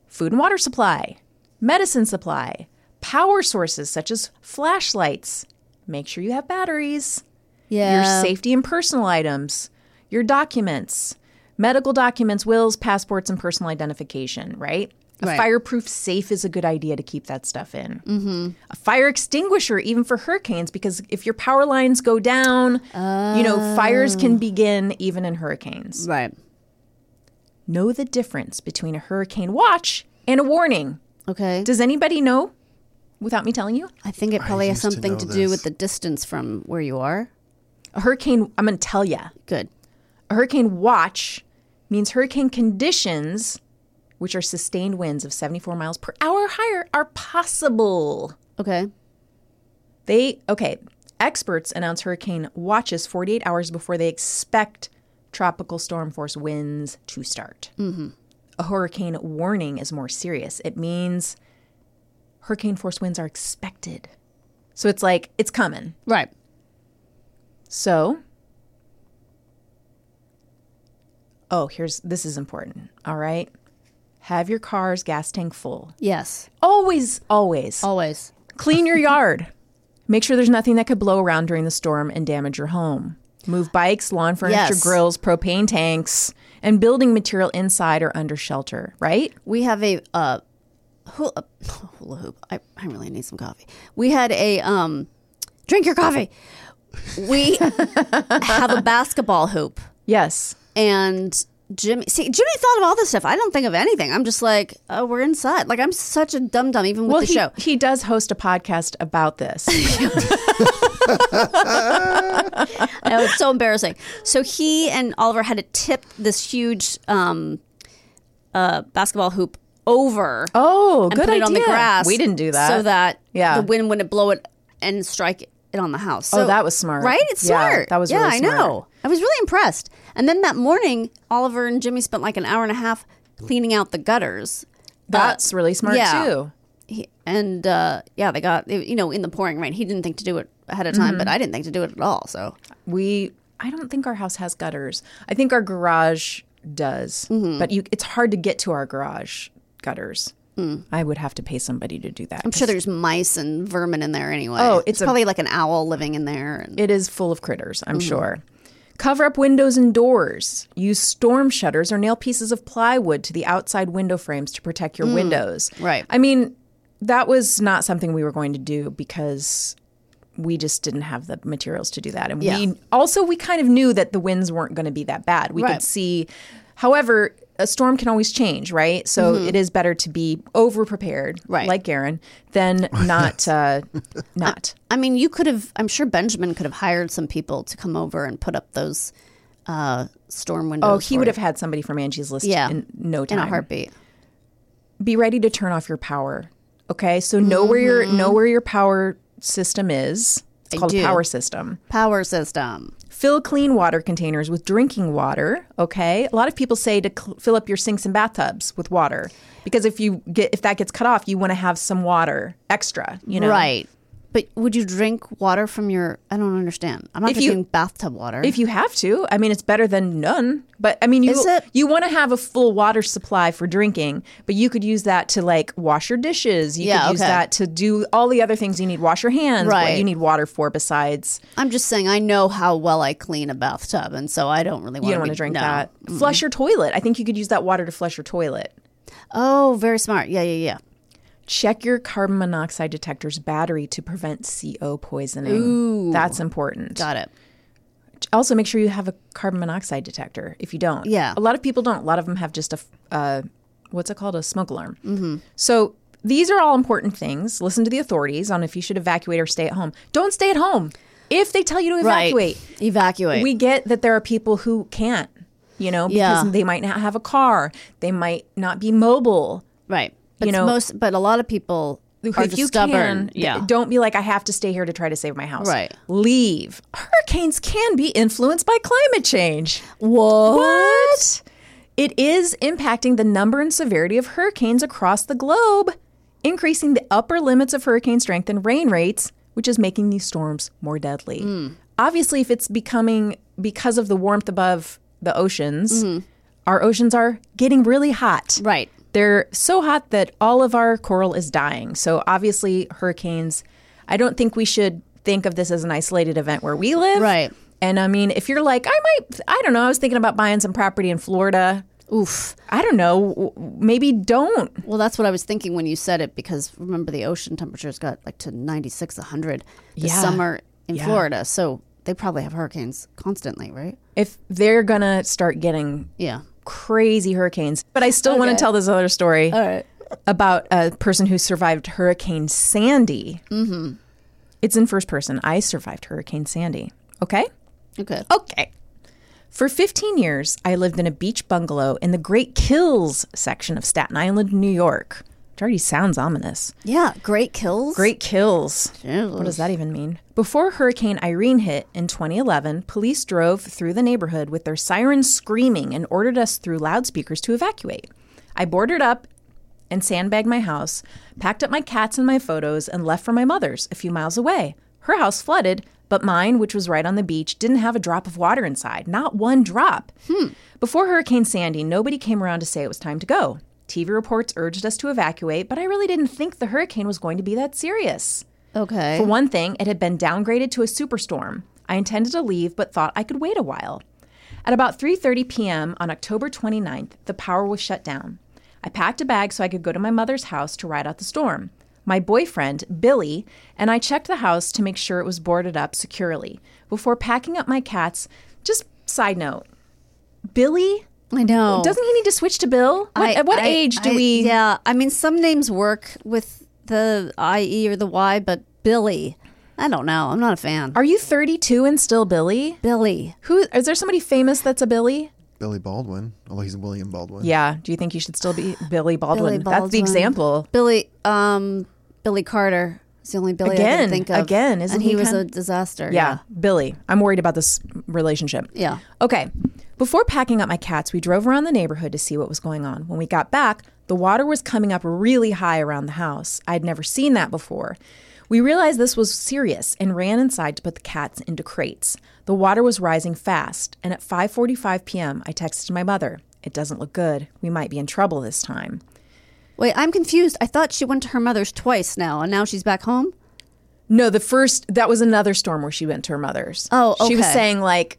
[SPEAKER 1] food and water supply, medicine supply, power sources such as flashlights, make sure you have batteries,
[SPEAKER 2] Yeah.
[SPEAKER 1] your safety and personal items, your documents, medical documents, wills, passports, and personal identification, right? A
[SPEAKER 2] Right.
[SPEAKER 1] fireproof safe is a good idea to keep that stuff in. Mm-hmm. A fire extinguisher, even for hurricanes, because if your power lines go down, you know, fires
[SPEAKER 2] Oh.
[SPEAKER 1] can begin even in hurricanes.
[SPEAKER 2] Right.
[SPEAKER 1] Know the difference between a hurricane watch and a warning.
[SPEAKER 2] Okay.
[SPEAKER 1] Does anybody know without me telling you?
[SPEAKER 2] I think it probably has
[SPEAKER 4] used to
[SPEAKER 2] something
[SPEAKER 4] know
[SPEAKER 2] to, do
[SPEAKER 4] this.
[SPEAKER 2] with the distance from where you are.
[SPEAKER 1] A hurricane, I'm going to tell you.
[SPEAKER 2] Good.
[SPEAKER 1] A hurricane watch means hurricane conditions, which are sustained winds of 74 miles per hour or higher, are possible.
[SPEAKER 2] Okay.
[SPEAKER 1] They, okay, experts announce hurricane watches 48 hours before they expect tropical storm force winds to start. A hurricane warning is more serious. It means hurricane force winds are expected. So it's like, it's coming.
[SPEAKER 2] Right.
[SPEAKER 1] So, oh, here's this is important. All right. Have your car's gas tank full.
[SPEAKER 2] Yes.
[SPEAKER 1] Always, always.
[SPEAKER 2] Always.
[SPEAKER 1] Clean your yard. Make sure there's nothing that could blow around during the storm and damage your home. Move bikes, lawn furniture,
[SPEAKER 2] Yes.
[SPEAKER 1] grills, propane tanks, and building material inside or under shelter, right?
[SPEAKER 2] We have a uh, hula, hula hoop. I, I really need some coffee. We had a um, drink your coffee. We have a basketball hoop,
[SPEAKER 1] Yes.
[SPEAKER 2] and Jimmy. See, Jimmy thought of all this stuff. I don't think of anything. I'm just like, oh, we're inside. Like I'm such a dum dum, even with
[SPEAKER 1] Well,
[SPEAKER 2] the
[SPEAKER 1] he,
[SPEAKER 2] show.
[SPEAKER 1] he does host a podcast about this.
[SPEAKER 2] Oh, it's so embarrassing. So he and Oliver had to tip this huge um, uh, basketball hoop over.
[SPEAKER 1] Oh,
[SPEAKER 2] and
[SPEAKER 1] good
[SPEAKER 2] put it on the
[SPEAKER 1] idea.
[SPEAKER 2] grass.
[SPEAKER 1] We didn't do that.
[SPEAKER 2] so that
[SPEAKER 1] Yeah.
[SPEAKER 2] the wind wouldn't blow it and strike it on the house.
[SPEAKER 1] Oh,
[SPEAKER 2] So-
[SPEAKER 1] that was smart.
[SPEAKER 2] Right? It's
[SPEAKER 1] Yeah,
[SPEAKER 2] smart.
[SPEAKER 1] that was
[SPEAKER 2] yeah.
[SPEAKER 1] really
[SPEAKER 2] I
[SPEAKER 1] smart.
[SPEAKER 2] know. I was really impressed. And then that morning, Oliver and Jimmy spent like an hour and a half cleaning out the gutters.
[SPEAKER 1] That's really smart
[SPEAKER 2] yeah.
[SPEAKER 1] too.
[SPEAKER 2] He, and uh, yeah, they got you know in the pouring rain. He didn't think to do it ahead of time,
[SPEAKER 1] Mm-hmm.
[SPEAKER 2] but I didn't think to do it at all. So
[SPEAKER 1] We I don't think our house has gutters. I think our garage does,
[SPEAKER 2] Mm-hmm.
[SPEAKER 1] but you it's hard to get to our garage gutters. I would have to pay somebody to do that.
[SPEAKER 2] Mm. I'm sure there's mice and vermin in there anyway.
[SPEAKER 1] Oh,
[SPEAKER 2] it's
[SPEAKER 1] it's a-
[SPEAKER 2] probably like an owl living in there. And,
[SPEAKER 1] It is full of critters,
[SPEAKER 2] Mm.
[SPEAKER 1] I'm sure. Cover up windows and doors. Use storm shutters or nail pieces of plywood to the outside window frames to protect your windows.
[SPEAKER 2] Mm. right.
[SPEAKER 1] I mean, that was not something we were going to do because we just didn't have the materials to do that. And
[SPEAKER 2] Yeah.
[SPEAKER 1] we also we kind of knew that the winds weren't going to be that bad. We
[SPEAKER 2] Right.
[SPEAKER 1] could see however, a storm can always change, right? So it is better to be over prepared,
[SPEAKER 2] Mm-hmm. Right.
[SPEAKER 1] like Aaron, than not uh, not.
[SPEAKER 2] I mean, you could have. I'm sure Benjamin could have hired some people to come over and put up those uh, storm windows.
[SPEAKER 1] Oh, he
[SPEAKER 2] for
[SPEAKER 1] would
[SPEAKER 2] it.
[SPEAKER 1] have had somebody from Angie's List
[SPEAKER 2] Yeah.
[SPEAKER 1] in no
[SPEAKER 2] in
[SPEAKER 1] time.
[SPEAKER 2] a heartbeat.
[SPEAKER 1] Be ready to turn off your power. Okay, so know where your know where your power system is. It's
[SPEAKER 2] Mm-hmm. I
[SPEAKER 1] called
[SPEAKER 2] do.
[SPEAKER 1] a power system.
[SPEAKER 2] Power system.
[SPEAKER 1] Fill clean water containers with drinking water. Okay, a lot of people say to cl- fill up your sinks and bathtubs with water because if you get if that gets cut off, you want to have some water extra. You know,
[SPEAKER 2] Right. But would you drink water from your? I don't understand. I'm not
[SPEAKER 1] If you-
[SPEAKER 2] drinking bathtub water.
[SPEAKER 1] If you have to, I mean, it's better than none. But I mean, you
[SPEAKER 2] Is it?
[SPEAKER 1] you want to have a full water supply for drinking, but you could use that to like wash your dishes. You
[SPEAKER 2] Yeah,
[SPEAKER 1] could use
[SPEAKER 2] okay.
[SPEAKER 1] that to do all the other things you need. Wash your hands.
[SPEAKER 2] Right.
[SPEAKER 1] What you need water for besides
[SPEAKER 2] I'm just saying, I know how well I clean a bathtub, and so I don't really want.
[SPEAKER 1] you don't
[SPEAKER 2] want to
[SPEAKER 1] drink that. Flush your toilet. I think you could use that water to flush your toilet.
[SPEAKER 2] Oh, very smart. Yeah, yeah, yeah.
[SPEAKER 1] Check your carbon monoxide detector's battery to prevent CO poisoning. Ooh. That's important.
[SPEAKER 2] Got it.
[SPEAKER 1] also make sure you have a carbon monoxide detector if you don't
[SPEAKER 2] Yeah.
[SPEAKER 1] a lot of people don't a lot of them have just a f- uh, what's it called a smoke alarm mm-hmm. so these are all important things listen to the authorities on if you should evacuate or stay at home don't stay at home if they tell you to
[SPEAKER 2] Right.
[SPEAKER 1] evacuate
[SPEAKER 2] Evacuate.
[SPEAKER 1] we get that there are people who can't you know because
[SPEAKER 2] Yeah.
[SPEAKER 1] they might not have a car they might not be mobile
[SPEAKER 2] right. But
[SPEAKER 1] you
[SPEAKER 2] it's
[SPEAKER 1] know-
[SPEAKER 2] most, but a lot of people are
[SPEAKER 1] if
[SPEAKER 2] just
[SPEAKER 1] you
[SPEAKER 2] stubborn.
[SPEAKER 1] can, don't be like I have to stay here to try to save my house.
[SPEAKER 2] Right.
[SPEAKER 1] Leave. Hurricanes can be influenced by climate change.
[SPEAKER 2] What?
[SPEAKER 1] What? It is impacting the number and severity of hurricanes across the globe, increasing the upper limits of hurricane strength and rain rates, which is making these storms more deadly.
[SPEAKER 2] Hmm.
[SPEAKER 1] Obviously, if it's becoming because of the warmth above the oceans,
[SPEAKER 2] Mm-hmm.
[SPEAKER 1] our oceans are getting really hot.
[SPEAKER 2] Right.
[SPEAKER 1] They're so hot that all of our coral is dying. So obviously, hurricanes, I don't think we should think of this as an isolated event where we live.
[SPEAKER 2] Right.
[SPEAKER 1] And I mean, if you're like, I might, I don't know, I was thinking about buying some property in Florida.
[SPEAKER 2] Oof.
[SPEAKER 1] I don't know, w- maybe don't.
[SPEAKER 2] Well, that's what I was thinking when you said it because remember the ocean temperatures got like to 96, 100 this
[SPEAKER 1] Yeah.
[SPEAKER 2] summer in Florida. So they probably have hurricanes constantly, right?
[SPEAKER 1] If they're going to start getting
[SPEAKER 2] Yeah.
[SPEAKER 1] crazy hurricanes. But I still want to tell this other story about a person who survived Hurricane Sandy. Mm-hmm. It's in first person. I survived Hurricane Sandy. Okay?
[SPEAKER 2] Okay.
[SPEAKER 1] Okay. For 15 years, I lived in a beach bungalow in the Great Kills section of Staten Island, New York. Which already sounds ominous.
[SPEAKER 2] Yeah. Great kills.
[SPEAKER 1] Great Kills.
[SPEAKER 2] Ew.
[SPEAKER 1] What does that even mean? Before Hurricane Irene hit in 2011, police drove through the neighborhood with their sirens screaming and ordered us through loudspeakers to evacuate. I boarded up and sandbagged my house, packed up my cats and my photos, and left for my mother's a few miles away. Her house flooded, but mine, which was right on the beach, didn't have a drop of water inside. Not one drop. Before Hurricane Sandy, nobody came around to say it was time to go. TV reports urged us to evacuate, but I really didn't think the hurricane was going to be that serious.
[SPEAKER 2] Okay.
[SPEAKER 1] For one thing, it had been downgraded to a superstorm. I intended to leave but thought I could wait a while. At about 3:30 p.m. on October 29th, the power was shut down. I packed a bag so I could go to my mother's house to ride out the storm. My boyfriend, Billy, and I checked the house to make sure it was boarded up securely before packing up my cats. Just side note. Billy,
[SPEAKER 2] I know.
[SPEAKER 1] doesn't he need to switch to Bill? What, at what
[SPEAKER 2] Oh. I-
[SPEAKER 1] age do
[SPEAKER 2] I-
[SPEAKER 1] we
[SPEAKER 2] Yeah, I mean, some names work with the IE or the Y, but Billy, I don't know. I'm not a fan.
[SPEAKER 1] Are you 32 and still Billy?
[SPEAKER 2] Billy.
[SPEAKER 1] Who is there somebody famous that's a Billy?
[SPEAKER 4] Billy Baldwin, although he's William Baldwin.
[SPEAKER 1] Yeah. Do you think you should still be Billy Baldwin?
[SPEAKER 2] Billy
[SPEAKER 1] That's the
[SPEAKER 2] Baldwin.
[SPEAKER 1] example.
[SPEAKER 2] Billy, um, Billy Carter is the only Billy I can
[SPEAKER 1] Again,
[SPEAKER 2] think of.
[SPEAKER 1] again, isn't
[SPEAKER 2] and he,
[SPEAKER 1] he
[SPEAKER 2] was
[SPEAKER 1] kind
[SPEAKER 2] a disaster.
[SPEAKER 1] Yeah, Billy. I'm worried about this relationship.
[SPEAKER 2] Yeah.
[SPEAKER 1] Okay. Before packing up my cats, we drove around the neighborhood to see what was going on. When we got back, the water was coming up really high around the house. I'd never seen that before. We realized this was serious and ran inside to put the cats into crates. The water was rising fast, and at 5:45 p.m., I texted my mother, "It doesn't look good. We might be in trouble this time."
[SPEAKER 2] Wait, I'm confused. I thought she went to her mother's twice now, and now she's back home.
[SPEAKER 1] No, the first that was another storm where she went to her mother's.
[SPEAKER 2] Oh,
[SPEAKER 1] She was
[SPEAKER 2] okay.
[SPEAKER 1] saying like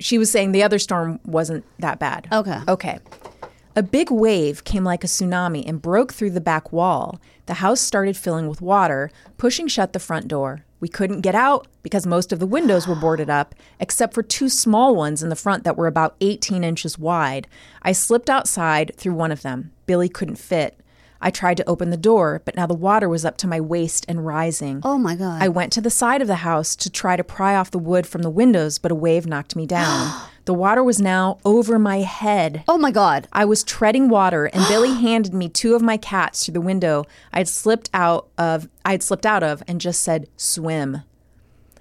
[SPEAKER 1] she was saying the other storm wasn't that bad.
[SPEAKER 2] Okay.
[SPEAKER 1] Okay. A big wave came like a tsunami and broke through the back wall. The house started filling with water, pushing shut the front door. We couldn't get out because most of the windows were boarded up, except for two small ones in the front that were about 18 inches wide. I slipped outside through one of them. Billy couldn't fit. I tried to open the door, but now the water was up to my waist and rising.
[SPEAKER 2] Oh my god.
[SPEAKER 1] I went to the side of the house to try to pry off the wood from the windows, but a wave knocked me down. the water was now over my head.
[SPEAKER 2] oh my god.
[SPEAKER 1] I was treading water, and Billy handed me two of my cats through the window I'd slipped out of. I'd slipped out of, and just said, "Swim."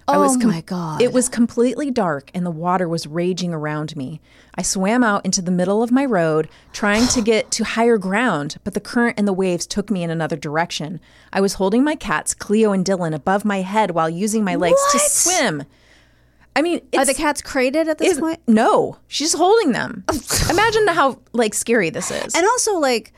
[SPEAKER 1] I
[SPEAKER 2] Oh
[SPEAKER 1] was com-
[SPEAKER 2] my god.
[SPEAKER 1] Um, It was completely dark, and the water was raging around me. I swam out into the middle of my road, trying to get to higher ground, but the current and the waves took me in another direction. I was holding my cats, Cleo and Dylan, above my head while using my legs to
[SPEAKER 2] What?
[SPEAKER 1] swim. I mean, it's,
[SPEAKER 2] Are the cats crated at this
[SPEAKER 1] is-
[SPEAKER 2] point?
[SPEAKER 1] No, she's holding them. Imagine how like scary this is.
[SPEAKER 2] And also, like,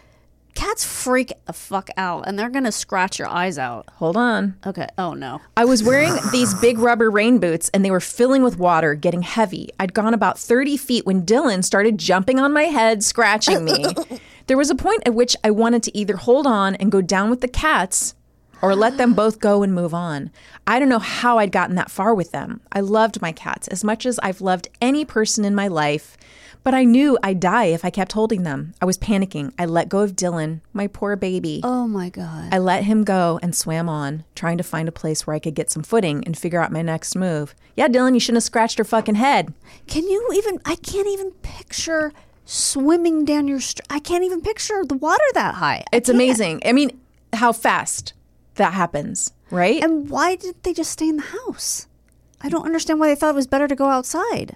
[SPEAKER 2] cats freak the fuck out, and they're gonna scratch your eyes out.
[SPEAKER 1] Hold on.
[SPEAKER 2] Okay. Oh no.
[SPEAKER 1] I was wearing these big rubber rain boots and they were filling with water, getting heavy. I'd gone about 30 feet when Dylan started jumping on my head, scratching me. there was a point at which I wanted to either hold on and go down with the cats or let them both go and move on. I don't know how I'd gotten that far with them. I loved my cats as much as I've loved any person in my life, but I knew I'd die if I kept holding them. I was panicking. I let go of Dylan, my poor baby.
[SPEAKER 2] Oh my god.
[SPEAKER 1] I let him go and swam on, trying to find a place where I could get some footing and figure out my next move. Yeah, Dylan, you shouldn't have scratched her fucking head.
[SPEAKER 2] Can you even? I can't even picture swimming down your. Str- I can't even picture the water that high.
[SPEAKER 1] It's amazing. I mean, how fast that happens, right?
[SPEAKER 2] And why did they just stay in the house? I don't understand why they thought it was better to go outside.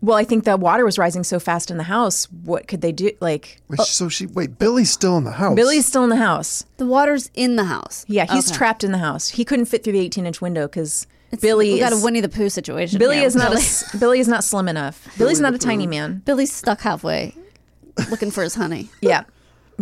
[SPEAKER 1] well, I think the water was rising so fast in the house. What could they do? Like,
[SPEAKER 4] Wait, so she wait, Billy's still in the house.
[SPEAKER 1] Billy's still in the house.
[SPEAKER 2] The water's in the house.
[SPEAKER 1] Yeah, he's
[SPEAKER 2] Okay.
[SPEAKER 1] trapped in the house. He couldn't fit through the 18 inch window because
[SPEAKER 2] It's-
[SPEAKER 1] Billy.
[SPEAKER 2] we got a
[SPEAKER 1] is-
[SPEAKER 2] Winnie the Pooh situation.
[SPEAKER 1] Billy
[SPEAKER 2] here.
[SPEAKER 1] is not a s Billy is not slim enough. Billy's not a tiny man.
[SPEAKER 2] Billy's stuck halfway, looking for his honey.
[SPEAKER 1] Yeah.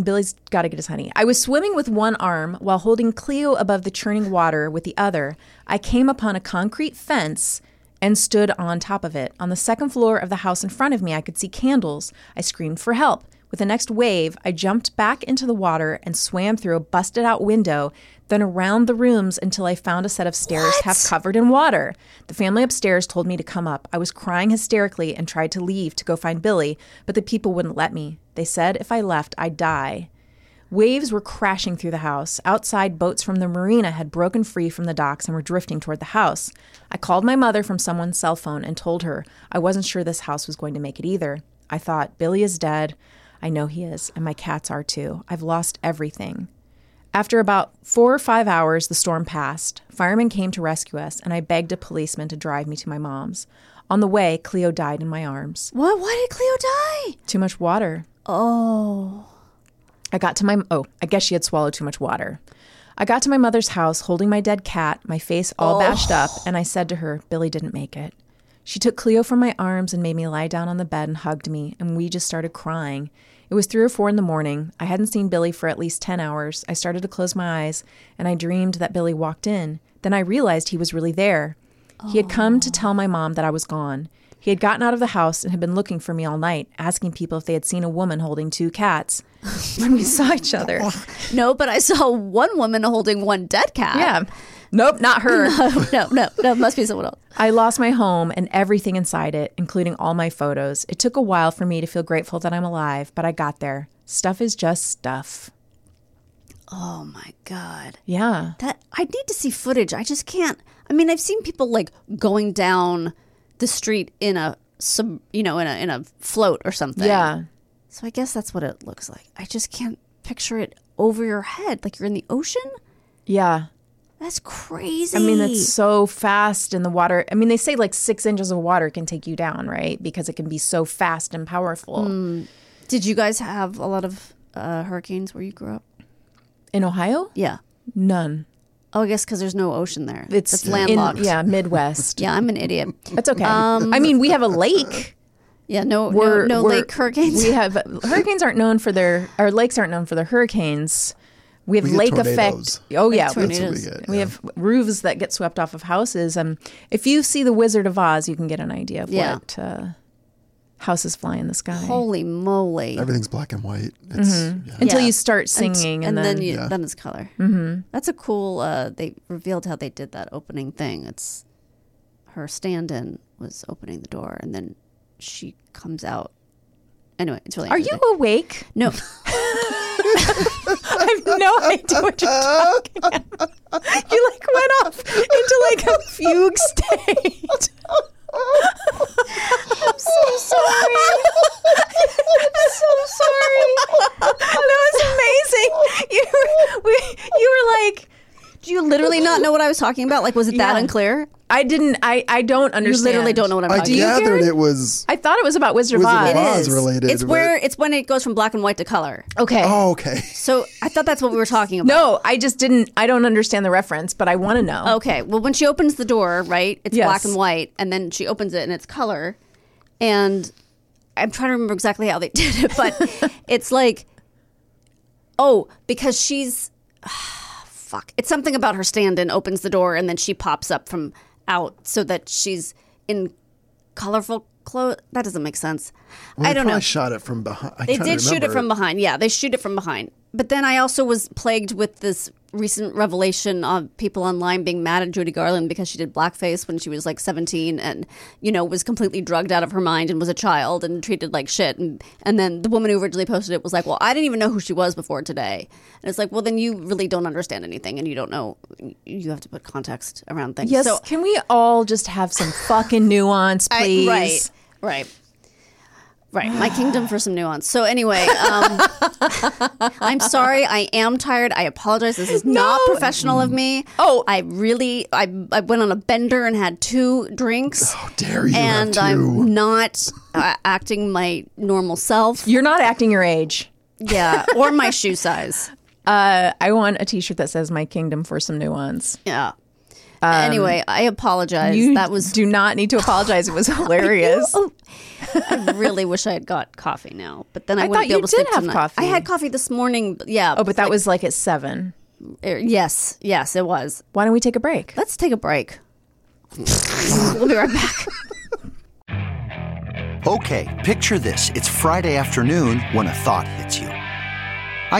[SPEAKER 1] Billy's got to get his honey. I was swimming with one arm while holding Cleo above the churning water with the other. I came upon a concrete fence and stood on top of it. On the second floor of the house in front of me, I could see candles. I screamed for help. With the next wave, I jumped back into the water and swam through a busted out window, then around the rooms until I found a set of stairs half covered in water. The family upstairs told me to come up. I was crying hysterically and tried to leave to go find Billy, but the people wouldn't let me. They said if I left, I'd die. Waves were crashing through the house. Outside, boats from the marina had broken free from the docks and were drifting toward the house. I called my mother from someone's cell phone and told her I wasn't sure this house was going to make it either. I thought, Billy is dead. I know he is, and my cats are too. I've lost everything. After about four or five hours, the storm passed. Firemen came to rescue us, and I begged a policeman to drive me to my mom's. On the way, Cleo died in my arms.
[SPEAKER 2] What? Why did Cleo die?
[SPEAKER 1] Too much water.
[SPEAKER 2] Oh.
[SPEAKER 1] I got to my oh, I guess she had swallowed too much water. I got to my mother's house holding my dead cat, my face
[SPEAKER 2] Oh.
[SPEAKER 1] all bashed up, and I said to her, Billy didn't make it. She took Cleo from my arms and made me lie down on the bed and hugged me, and we just started crying. It was three or four in the morning. I hadn't seen Billy for at least 10 hours. I started to close my eyes, and I dreamed that Billy walked in. Then I realized he was really there. He had come to tell my mom that I was gone. He had gotten out of the house and had been looking for me all night, asking people if they had seen a woman holding two cats when we saw each other.
[SPEAKER 2] No, but I saw one woman holding one dead cat.
[SPEAKER 1] Yeah. Nope, not her.
[SPEAKER 2] no, no, no, it must be someone else.
[SPEAKER 1] I lost my home and everything inside it, including all my photos. It took a while for me to feel grateful that I'm alive, but I got there. Stuff is just stuff.
[SPEAKER 2] Oh my god.
[SPEAKER 1] Yeah.
[SPEAKER 2] That I need to see footage. I just can't. I mean, I've seen people like going down the street in a sub, you know, in a in a float or something.
[SPEAKER 1] Yeah.
[SPEAKER 2] So I guess that's what it looks like. I just can't picture it over your head like you're in the ocean.
[SPEAKER 1] Yeah.
[SPEAKER 2] That's crazy.
[SPEAKER 1] I mean, that's so fast in the water. I mean, they say like six inches of water can take you down, right? Because it can be so fast and powerful.
[SPEAKER 2] Did you guys have a lot of uh, hurricanes where you grew up?
[SPEAKER 1] In Ohio,
[SPEAKER 2] Yeah.
[SPEAKER 1] none.
[SPEAKER 2] Oh, I guess because there's no ocean there.
[SPEAKER 1] It's
[SPEAKER 2] It's
[SPEAKER 1] in-
[SPEAKER 2] landlocked.
[SPEAKER 1] yeah, Midwest.
[SPEAKER 2] Yeah, I'm an idiot.
[SPEAKER 1] That's okay. I mean, we have a lake.
[SPEAKER 2] Yeah, Oh, no,
[SPEAKER 1] We're,
[SPEAKER 2] no, no
[SPEAKER 1] we're-
[SPEAKER 2] lake hurricanes.
[SPEAKER 1] We have hurricanes aren't known for their our lakes aren't known for their hurricanes. We have
[SPEAKER 4] We get
[SPEAKER 1] lake
[SPEAKER 4] tornadoes.
[SPEAKER 1] effect. Oh yeah, we-
[SPEAKER 4] That's what we get.
[SPEAKER 1] We
[SPEAKER 4] yeah.
[SPEAKER 1] have roofs that get swept off of houses. Um, if you see The Wizard of Oz, you can get an idea of
[SPEAKER 2] Yeah.
[SPEAKER 1] what uh, houses fly in the sky.
[SPEAKER 2] Holy moly!
[SPEAKER 4] everything's black and white. It's yeah.
[SPEAKER 1] Until
[SPEAKER 2] Yeah.
[SPEAKER 1] you start
[SPEAKER 2] Mm-hmm. And-
[SPEAKER 1] singing,
[SPEAKER 2] and,
[SPEAKER 1] and,
[SPEAKER 2] then,
[SPEAKER 1] then,
[SPEAKER 2] you,
[SPEAKER 4] Yeah.
[SPEAKER 2] then it's color. Mm-hmm. That's a cool. Uh, they revealed how they did that opening thing. It's her stand-in was opening the door, and then she comes out. Anyway, it's really.
[SPEAKER 1] are you
[SPEAKER 2] entertaining.
[SPEAKER 1] awake?
[SPEAKER 2] No,
[SPEAKER 1] I have no idea what you're talking about. You like went off into like a fugue state. I'm so sorry. I'm so sorry. That was amazing. You were, we, you were like,
[SPEAKER 2] do you literally not know what I was talking about? Like, was it that
[SPEAKER 1] Yeah.
[SPEAKER 2] unclear?
[SPEAKER 1] I didn't. I I don't
[SPEAKER 2] You
[SPEAKER 1] understand.
[SPEAKER 2] literally don't know what I'm
[SPEAKER 4] I
[SPEAKER 2] talking about.
[SPEAKER 4] gathered it was.
[SPEAKER 1] I thought it was about Wizard of Oz.
[SPEAKER 4] Wizard of Oz related.
[SPEAKER 2] It's
[SPEAKER 4] but-
[SPEAKER 2] where it's when it goes from black and white to color.
[SPEAKER 1] Okay.
[SPEAKER 4] Oh, okay.
[SPEAKER 2] So I thought that's what we were talking about.
[SPEAKER 1] No, I just didn't. I don't understand the reference, but I want to know.
[SPEAKER 2] Okay. Well, when she opens the door, right? It's
[SPEAKER 1] Yes.
[SPEAKER 2] black and white, and then she opens it and it's color. And I'm trying to remember exactly how they did it, but it's like, oh, because she's fuck. It's something about her stand-in opens the door and then she pops up from out so that she's in colorful clothes. That doesn't make sense. I don't know.
[SPEAKER 4] I shot it from behind. I'm
[SPEAKER 2] They
[SPEAKER 4] trying to
[SPEAKER 2] did shoot it
[SPEAKER 4] remember.
[SPEAKER 2] from behind. Yeah, they shoot it from behind. But then I also was plagued with this recent revelation of people online being mad at Judy Garland because she did blackface when she was like 17 and, you know, was completely drugged out of her mind and was a child and treated like shit. And, and then the woman who originally posted it was like, well, I didn't even know who she was before today. And it's like, well, then you really don't understand anything and you don't know. You have to put context around things.
[SPEAKER 1] Yes.
[SPEAKER 2] So
[SPEAKER 1] can we all just have some fucking nuance, please?
[SPEAKER 2] I, right. Right. Right. My kingdom for some nuance. So anyway, um, I'm sorry. I am tired. I apologize. This is not
[SPEAKER 1] No.
[SPEAKER 2] professional of me.
[SPEAKER 1] Oh.
[SPEAKER 2] I really I I went on a bender and had two drinks.
[SPEAKER 4] How dare Oh, you? have
[SPEAKER 2] and
[SPEAKER 4] two.
[SPEAKER 2] I'm not uh, acting my normal self.
[SPEAKER 1] You're not acting your age.
[SPEAKER 2] Yeah, or my shoe size.
[SPEAKER 1] Uh, I want a T-shirt that says "My Kingdom for some nuance."
[SPEAKER 2] Yeah. anyway, I apologize.
[SPEAKER 1] Um, You
[SPEAKER 2] that was
[SPEAKER 1] do not need to apologize. It was hilarious.
[SPEAKER 2] I really wish I had got coffee now, but then I,
[SPEAKER 1] I
[SPEAKER 2] wouldn't
[SPEAKER 1] thought
[SPEAKER 2] be
[SPEAKER 1] you
[SPEAKER 2] able to
[SPEAKER 1] did
[SPEAKER 2] sleep
[SPEAKER 1] have
[SPEAKER 2] tonight.
[SPEAKER 1] coffee.
[SPEAKER 2] I had coffee this morning. but- Yeah.
[SPEAKER 1] oh, but that was like at seven.
[SPEAKER 2] Er, Yes, yes, it was.
[SPEAKER 1] Why don't we take a break?
[SPEAKER 2] Let's take a break. we'll be right back.
[SPEAKER 5] Okay, picture this. It's Friday afternoon when a thought hits you. I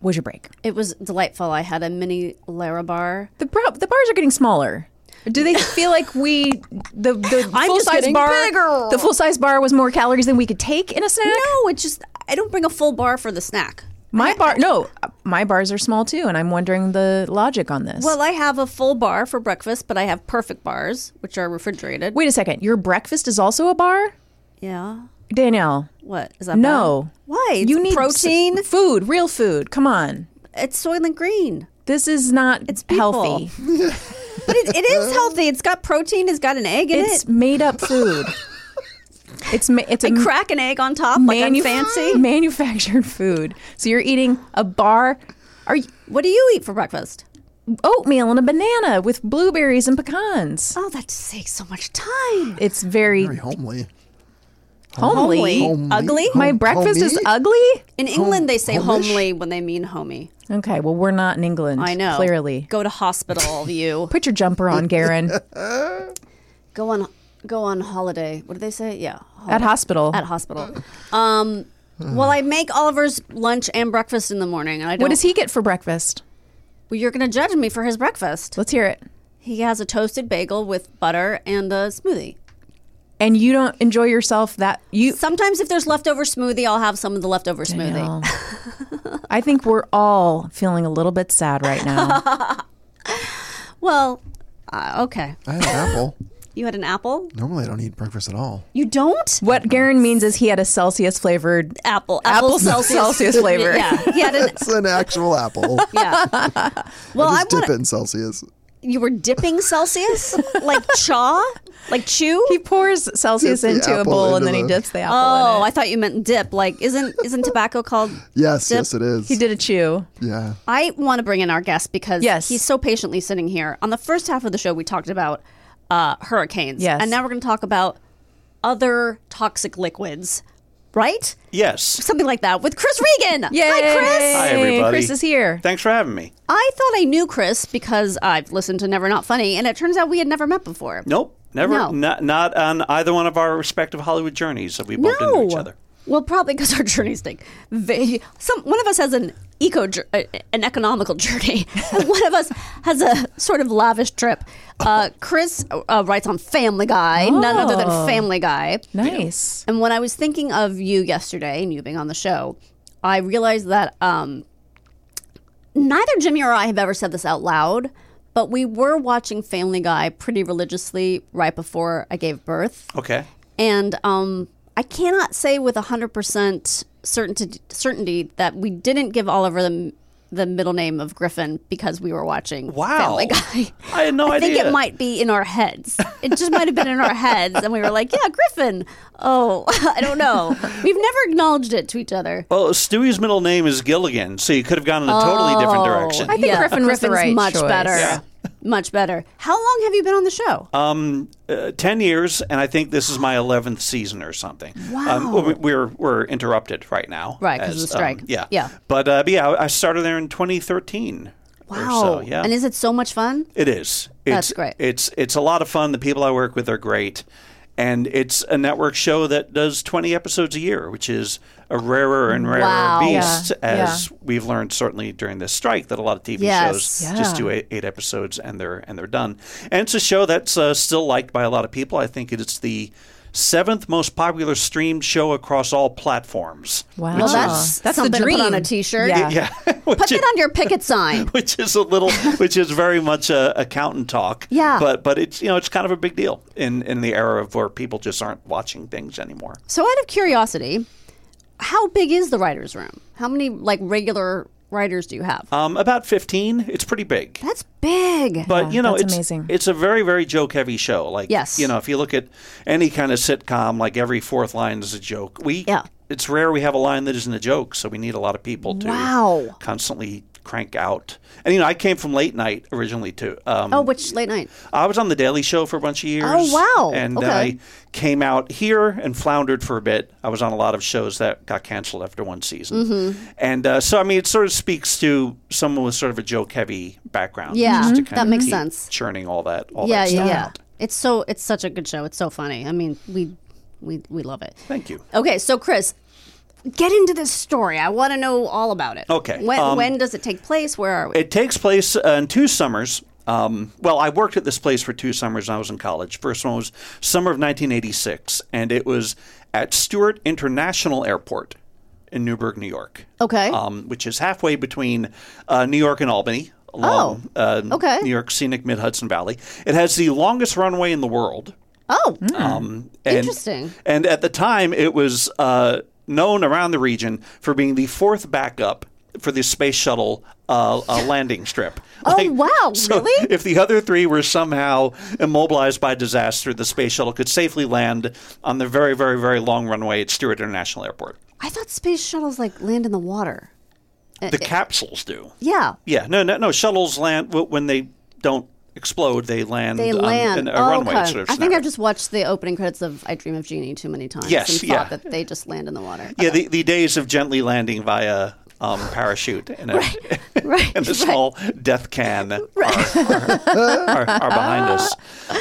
[SPEAKER 1] was your break?
[SPEAKER 2] it was delightful. I had a mini Lara bar.
[SPEAKER 1] The bro- the bars are getting smaller. Do they feel like we the the
[SPEAKER 2] I'm
[SPEAKER 1] full
[SPEAKER 2] just
[SPEAKER 1] size
[SPEAKER 2] getting
[SPEAKER 1] bar
[SPEAKER 2] bigger.
[SPEAKER 1] the full size bar was more calories than we could take in a snack?
[SPEAKER 2] No, it's just I don't bring a full bar for the snack.
[SPEAKER 1] My bar no, my bars are small too, and I'm wondering the logic on this.
[SPEAKER 2] Well, I have a full bar for breakfast, but I have perfect bars, which are refrigerated.
[SPEAKER 1] wait a second, your breakfast is also a bar,
[SPEAKER 2] Yeah.
[SPEAKER 1] Danielle?
[SPEAKER 2] What is that?
[SPEAKER 1] No,
[SPEAKER 2] bad? Why? It's
[SPEAKER 1] you need
[SPEAKER 2] protein.
[SPEAKER 1] s- food, real food. Come on,
[SPEAKER 2] it's Soylent Green.
[SPEAKER 1] this is not
[SPEAKER 2] It's people.
[SPEAKER 1] healthy.
[SPEAKER 2] But it, it is healthy. It's got protein. It's got an egg in
[SPEAKER 1] It's
[SPEAKER 2] it.
[SPEAKER 1] made up food. it's ma- it's a
[SPEAKER 2] I crack an egg on top like I'm
[SPEAKER 1] manu-
[SPEAKER 2] fancy.
[SPEAKER 1] manufactured food. So you're eating a bar. Are you,
[SPEAKER 2] What do you eat for breakfast?
[SPEAKER 1] oatmeal and a banana with blueberries and pecans.
[SPEAKER 2] Oh, that takes so much time.
[SPEAKER 1] It's very,
[SPEAKER 4] Very homely.
[SPEAKER 1] homely.
[SPEAKER 4] Homely.
[SPEAKER 2] Ugly?
[SPEAKER 1] My
[SPEAKER 4] Home-
[SPEAKER 1] breakfast is
[SPEAKER 4] homey?
[SPEAKER 1] ugly?
[SPEAKER 2] In England, they say
[SPEAKER 4] homish?
[SPEAKER 2] homely when they mean homey.
[SPEAKER 1] Okay, well, we're not in England.
[SPEAKER 2] I know.
[SPEAKER 1] Clearly.
[SPEAKER 2] Go to hospital, you.
[SPEAKER 1] Put your jumper on, Garen.
[SPEAKER 2] go on go on holiday. What do they say? Yeah. hol-
[SPEAKER 1] At hospital.
[SPEAKER 2] At hospital. Um well, I make Oliver's lunch and breakfast in the morning, and I don't.
[SPEAKER 1] what does he get for breakfast?
[SPEAKER 2] Well, you're going to judge me for his breakfast.
[SPEAKER 1] Let's hear it.
[SPEAKER 2] He has a toasted bagel with butter and a smoothie.
[SPEAKER 1] And you don't enjoy yourself that you
[SPEAKER 2] Sometimes, if there's leftover smoothie, I'll have some of the leftover smoothie.
[SPEAKER 1] Danielle. I think we're all feeling a little bit sad right now.
[SPEAKER 2] Well, uh, okay.
[SPEAKER 4] I had an apple.
[SPEAKER 2] You had an apple.
[SPEAKER 4] Normally, I don't eat breakfast at all.
[SPEAKER 2] You don't
[SPEAKER 1] what Garen means is he had a Celsius flavored
[SPEAKER 2] apple.
[SPEAKER 1] Apple
[SPEAKER 2] Apple Celsius,
[SPEAKER 1] Celsius flavor.
[SPEAKER 2] Yeah, he had an.
[SPEAKER 4] It's an actual apple.
[SPEAKER 2] Yeah. Well, I
[SPEAKER 4] Just dip
[SPEAKER 2] want
[SPEAKER 4] it in Celsius.
[SPEAKER 2] you were dipping Celsius like chaw, like chew.
[SPEAKER 1] He pours Celsius
[SPEAKER 4] Dips the
[SPEAKER 1] into a
[SPEAKER 4] apple
[SPEAKER 1] bowl and
[SPEAKER 4] into
[SPEAKER 1] then he
[SPEAKER 4] the-
[SPEAKER 1] dips the apple.
[SPEAKER 2] Oh,
[SPEAKER 1] in it.
[SPEAKER 2] I thought you meant dip. Like, isn't isn't tobacco called?
[SPEAKER 4] Yes,
[SPEAKER 2] Dip.
[SPEAKER 4] yes, it is.
[SPEAKER 1] he did a chew.
[SPEAKER 4] Yeah.
[SPEAKER 2] I want to bring in our guest because
[SPEAKER 1] Yes.
[SPEAKER 2] he's so patiently sitting here. On the first half of the show, we talked about uh, hurricanes,
[SPEAKER 1] Yes.
[SPEAKER 2] and now we're going to talk about other toxic liquids, right?
[SPEAKER 6] Yes.
[SPEAKER 2] Something like that with Chris Regan.
[SPEAKER 1] Yay!
[SPEAKER 2] Hi, Chris.
[SPEAKER 6] Hi, everybody.
[SPEAKER 1] Chris is here.
[SPEAKER 6] Thanks for having me.
[SPEAKER 2] I thought I knew Chris because I've listened to Never Not Funny, and it turns out we had never met before.
[SPEAKER 6] Nope. Never.
[SPEAKER 2] No.
[SPEAKER 6] Not, not on either one of our respective Hollywood journeys that we bumped into each other.
[SPEAKER 2] Well, probably because our journeys take ve- some. One of us has an eco, jour- uh, an economical journey, and one of us has a sort of lavish trip. Uh, Chris uh, writes on Family Guy, none other than
[SPEAKER 6] Oh.
[SPEAKER 2] Family Guy.
[SPEAKER 1] Nice.
[SPEAKER 2] And when I was thinking of you yesterday and you being on the show, I realized that um, neither Jimmy or I have ever said this out loud, but we were watching Family Guy pretty religiously right before I gave birth
[SPEAKER 6] Okay.
[SPEAKER 2] and um, I cannot say with hundred percent certainty certainty that we didn't give Oliver the the middle name of Griffin because we were watching
[SPEAKER 6] Wow.
[SPEAKER 2] Family Guy.
[SPEAKER 6] I had no
[SPEAKER 2] I think it
[SPEAKER 6] idea.
[SPEAKER 2] might be in our heads. It just might have been in our heads, and we were like, "Yeah, Griffin." Oh, I don't know. We've never acknowledged it to each other.
[SPEAKER 6] Well, Stewie's middle name is Gilligan, so you could have gone in a totally different direction.
[SPEAKER 1] Oh, I think Griffin was the
[SPEAKER 2] Griffin's
[SPEAKER 1] right
[SPEAKER 2] much
[SPEAKER 1] choice.
[SPEAKER 2] better.
[SPEAKER 1] Yeah.
[SPEAKER 2] Much better. How long have you been on the show?
[SPEAKER 6] Uh, Ten years, and I think this is my eleventh season or something. Wow. we're we're interrupted right now.
[SPEAKER 2] Right, 'cause of
[SPEAKER 6] as, um,
[SPEAKER 2] the strike.
[SPEAKER 6] yeah.
[SPEAKER 2] Yeah.
[SPEAKER 6] But, uh, but yeah, I I started there in 2013. Or so, yeah.
[SPEAKER 2] And is it so much fun?
[SPEAKER 6] It is.
[SPEAKER 2] That's
[SPEAKER 6] It's,
[SPEAKER 2] great.
[SPEAKER 6] It's it's a lot of fun. The people I work with are great, and it's a network show that does twenty episodes a year, which is a rarer and rarer
[SPEAKER 2] Wow.
[SPEAKER 6] beast.
[SPEAKER 1] Yeah.
[SPEAKER 6] As we've learned, certainly during this strike, that a lot of TV
[SPEAKER 2] Yes.
[SPEAKER 6] shows just do eight, eight episodes and they're and they're done. And it's a show that's uh, still liked by a lot of people. I think it's the seventh most popular streamed show across all platforms.
[SPEAKER 1] Wow.
[SPEAKER 2] Well, that's,
[SPEAKER 1] that's
[SPEAKER 2] something
[SPEAKER 1] the dream.
[SPEAKER 2] to put on a T-shirt.
[SPEAKER 1] Yeah.
[SPEAKER 6] Yeah, Which
[SPEAKER 2] Put
[SPEAKER 6] is-
[SPEAKER 2] it on your picket sign.
[SPEAKER 6] which is a little, which is very much a accountant talk.
[SPEAKER 2] Yeah.
[SPEAKER 6] But but it's you know it's kind of a big deal in in the era of where people just aren't watching things anymore.
[SPEAKER 2] So, out of curiosity, how big is the writers' room? How many like regular writers do you have?
[SPEAKER 6] Um, about fifteen, it's pretty big.
[SPEAKER 2] That's big.
[SPEAKER 6] But
[SPEAKER 1] Yeah,
[SPEAKER 6] you know,
[SPEAKER 1] that's
[SPEAKER 6] it's
[SPEAKER 1] amazing.
[SPEAKER 6] it's a very very joke heavy show. Like
[SPEAKER 2] Yes.
[SPEAKER 6] you know, if you look at any kind of sitcom, like every fourth line is a joke. We
[SPEAKER 2] Yeah.
[SPEAKER 6] It's rare we have a line that isn't a joke, so we need a lot of people to
[SPEAKER 2] Wow.
[SPEAKER 6] constantly crank out. And you know, I came from late night originally too. Um,
[SPEAKER 2] oh, which late night?
[SPEAKER 6] I was on the Daily Show for a bunch of years.
[SPEAKER 2] Oh, wow.
[SPEAKER 6] And then
[SPEAKER 2] Okay.
[SPEAKER 6] I came out here and floundered for a bit. I was on a lot of shows that got canceled after one season.
[SPEAKER 2] Mm-hmm.
[SPEAKER 6] And uh, so, I mean, it sort of speaks to someone with sort of a joke-heavy background.
[SPEAKER 2] Yeah,
[SPEAKER 6] just to
[SPEAKER 2] Mhm.
[SPEAKER 6] kind
[SPEAKER 2] that
[SPEAKER 6] of
[SPEAKER 2] makes
[SPEAKER 6] keep
[SPEAKER 2] sense.
[SPEAKER 6] Churning all that, all
[SPEAKER 2] yeah,
[SPEAKER 6] that
[SPEAKER 2] yeah,
[SPEAKER 6] stuff
[SPEAKER 2] yeah.
[SPEAKER 6] out.
[SPEAKER 2] It's so it's such a good show. It's so funny. I mean, we we we love it.
[SPEAKER 6] Thank you.
[SPEAKER 2] Okay, so Chris, get into this story. I want to know all about it.
[SPEAKER 6] Okay,
[SPEAKER 2] When
[SPEAKER 6] um,
[SPEAKER 2] when does it take place? Where are we?
[SPEAKER 6] It takes place uh, in two summers. Um, well, I worked at this place for two summers when I was in college. First one was summer of 1986, and it was at Stewart International Airport in Newburgh, New York.
[SPEAKER 2] Okay.
[SPEAKER 6] Um, which is halfway between uh, New York and Albany. Along, uh,
[SPEAKER 2] Oh, okay.
[SPEAKER 6] New York scenic mid Hudson Valley. It has the longest runway in the world.
[SPEAKER 2] oh,
[SPEAKER 6] Um, and,
[SPEAKER 2] Interesting.
[SPEAKER 6] And at the time, it was uh, known around the region for being the fourth backup for the space shuttle uh, uh, landing strip.
[SPEAKER 2] Oh, wow,
[SPEAKER 6] so
[SPEAKER 2] really?
[SPEAKER 6] If the other three were somehow immobilized by disaster, the space shuttle could safely land on the very, very, very long runway at Stewart International Airport.
[SPEAKER 2] I thought space shuttles like land in the water.
[SPEAKER 6] The capsules do.
[SPEAKER 2] Yeah.
[SPEAKER 6] Yeah, no, no, no. Shuttles land w- when they don't explode. They land.
[SPEAKER 2] They
[SPEAKER 6] on
[SPEAKER 2] land.
[SPEAKER 6] an- a
[SPEAKER 2] Oh,
[SPEAKER 6] runway
[SPEAKER 2] okay.
[SPEAKER 6] sort of
[SPEAKER 2] I think I've
[SPEAKER 6] scenario.
[SPEAKER 2] just watched the opening credits of I Dream of Jeannie too many times
[SPEAKER 6] Yes,
[SPEAKER 2] and thought
[SPEAKER 6] yeah.
[SPEAKER 2] that they just land in the water.
[SPEAKER 6] Yeah, the, the days of gently landing via um, parachute and a,
[SPEAKER 2] right,
[SPEAKER 6] and a
[SPEAKER 2] right.
[SPEAKER 6] small death can are, are, are behind us.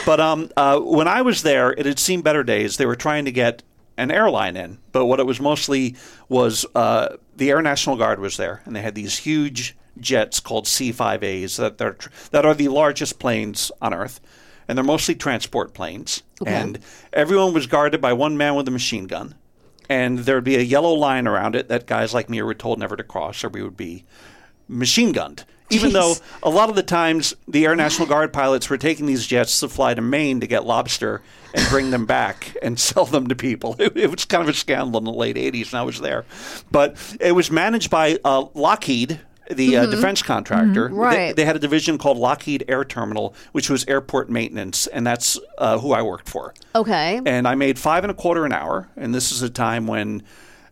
[SPEAKER 6] But um, uh, when I was there, it had seen better days. They were trying to get an airline in, but what it was mostly was uh, the Air National Guard was there, and they had these huge jets called C-5As that they're tr- that are the largest planes on Earth, and they're mostly transport planes. And everyone was guarded by one man with a machine gun and there'd be a yellow line around it that guys like me were told never to cross, or we would be machine gunned. Even though a lot of the times the Air National Guard pilots were taking these jets to fly to Maine to get lobster and bring them back and sell them to people. It, it was kind of a scandal in the late 80s, and I was there. But it was managed by uh, Lockheed. The uh, defense contractor, They-
[SPEAKER 2] Right.
[SPEAKER 6] They, had a division called Lockheed Air Terminal, which was airport maintenance, and that's uh, who I worked for
[SPEAKER 2] Okay.
[SPEAKER 6] and I made five and a quarter an hour. And this is a time when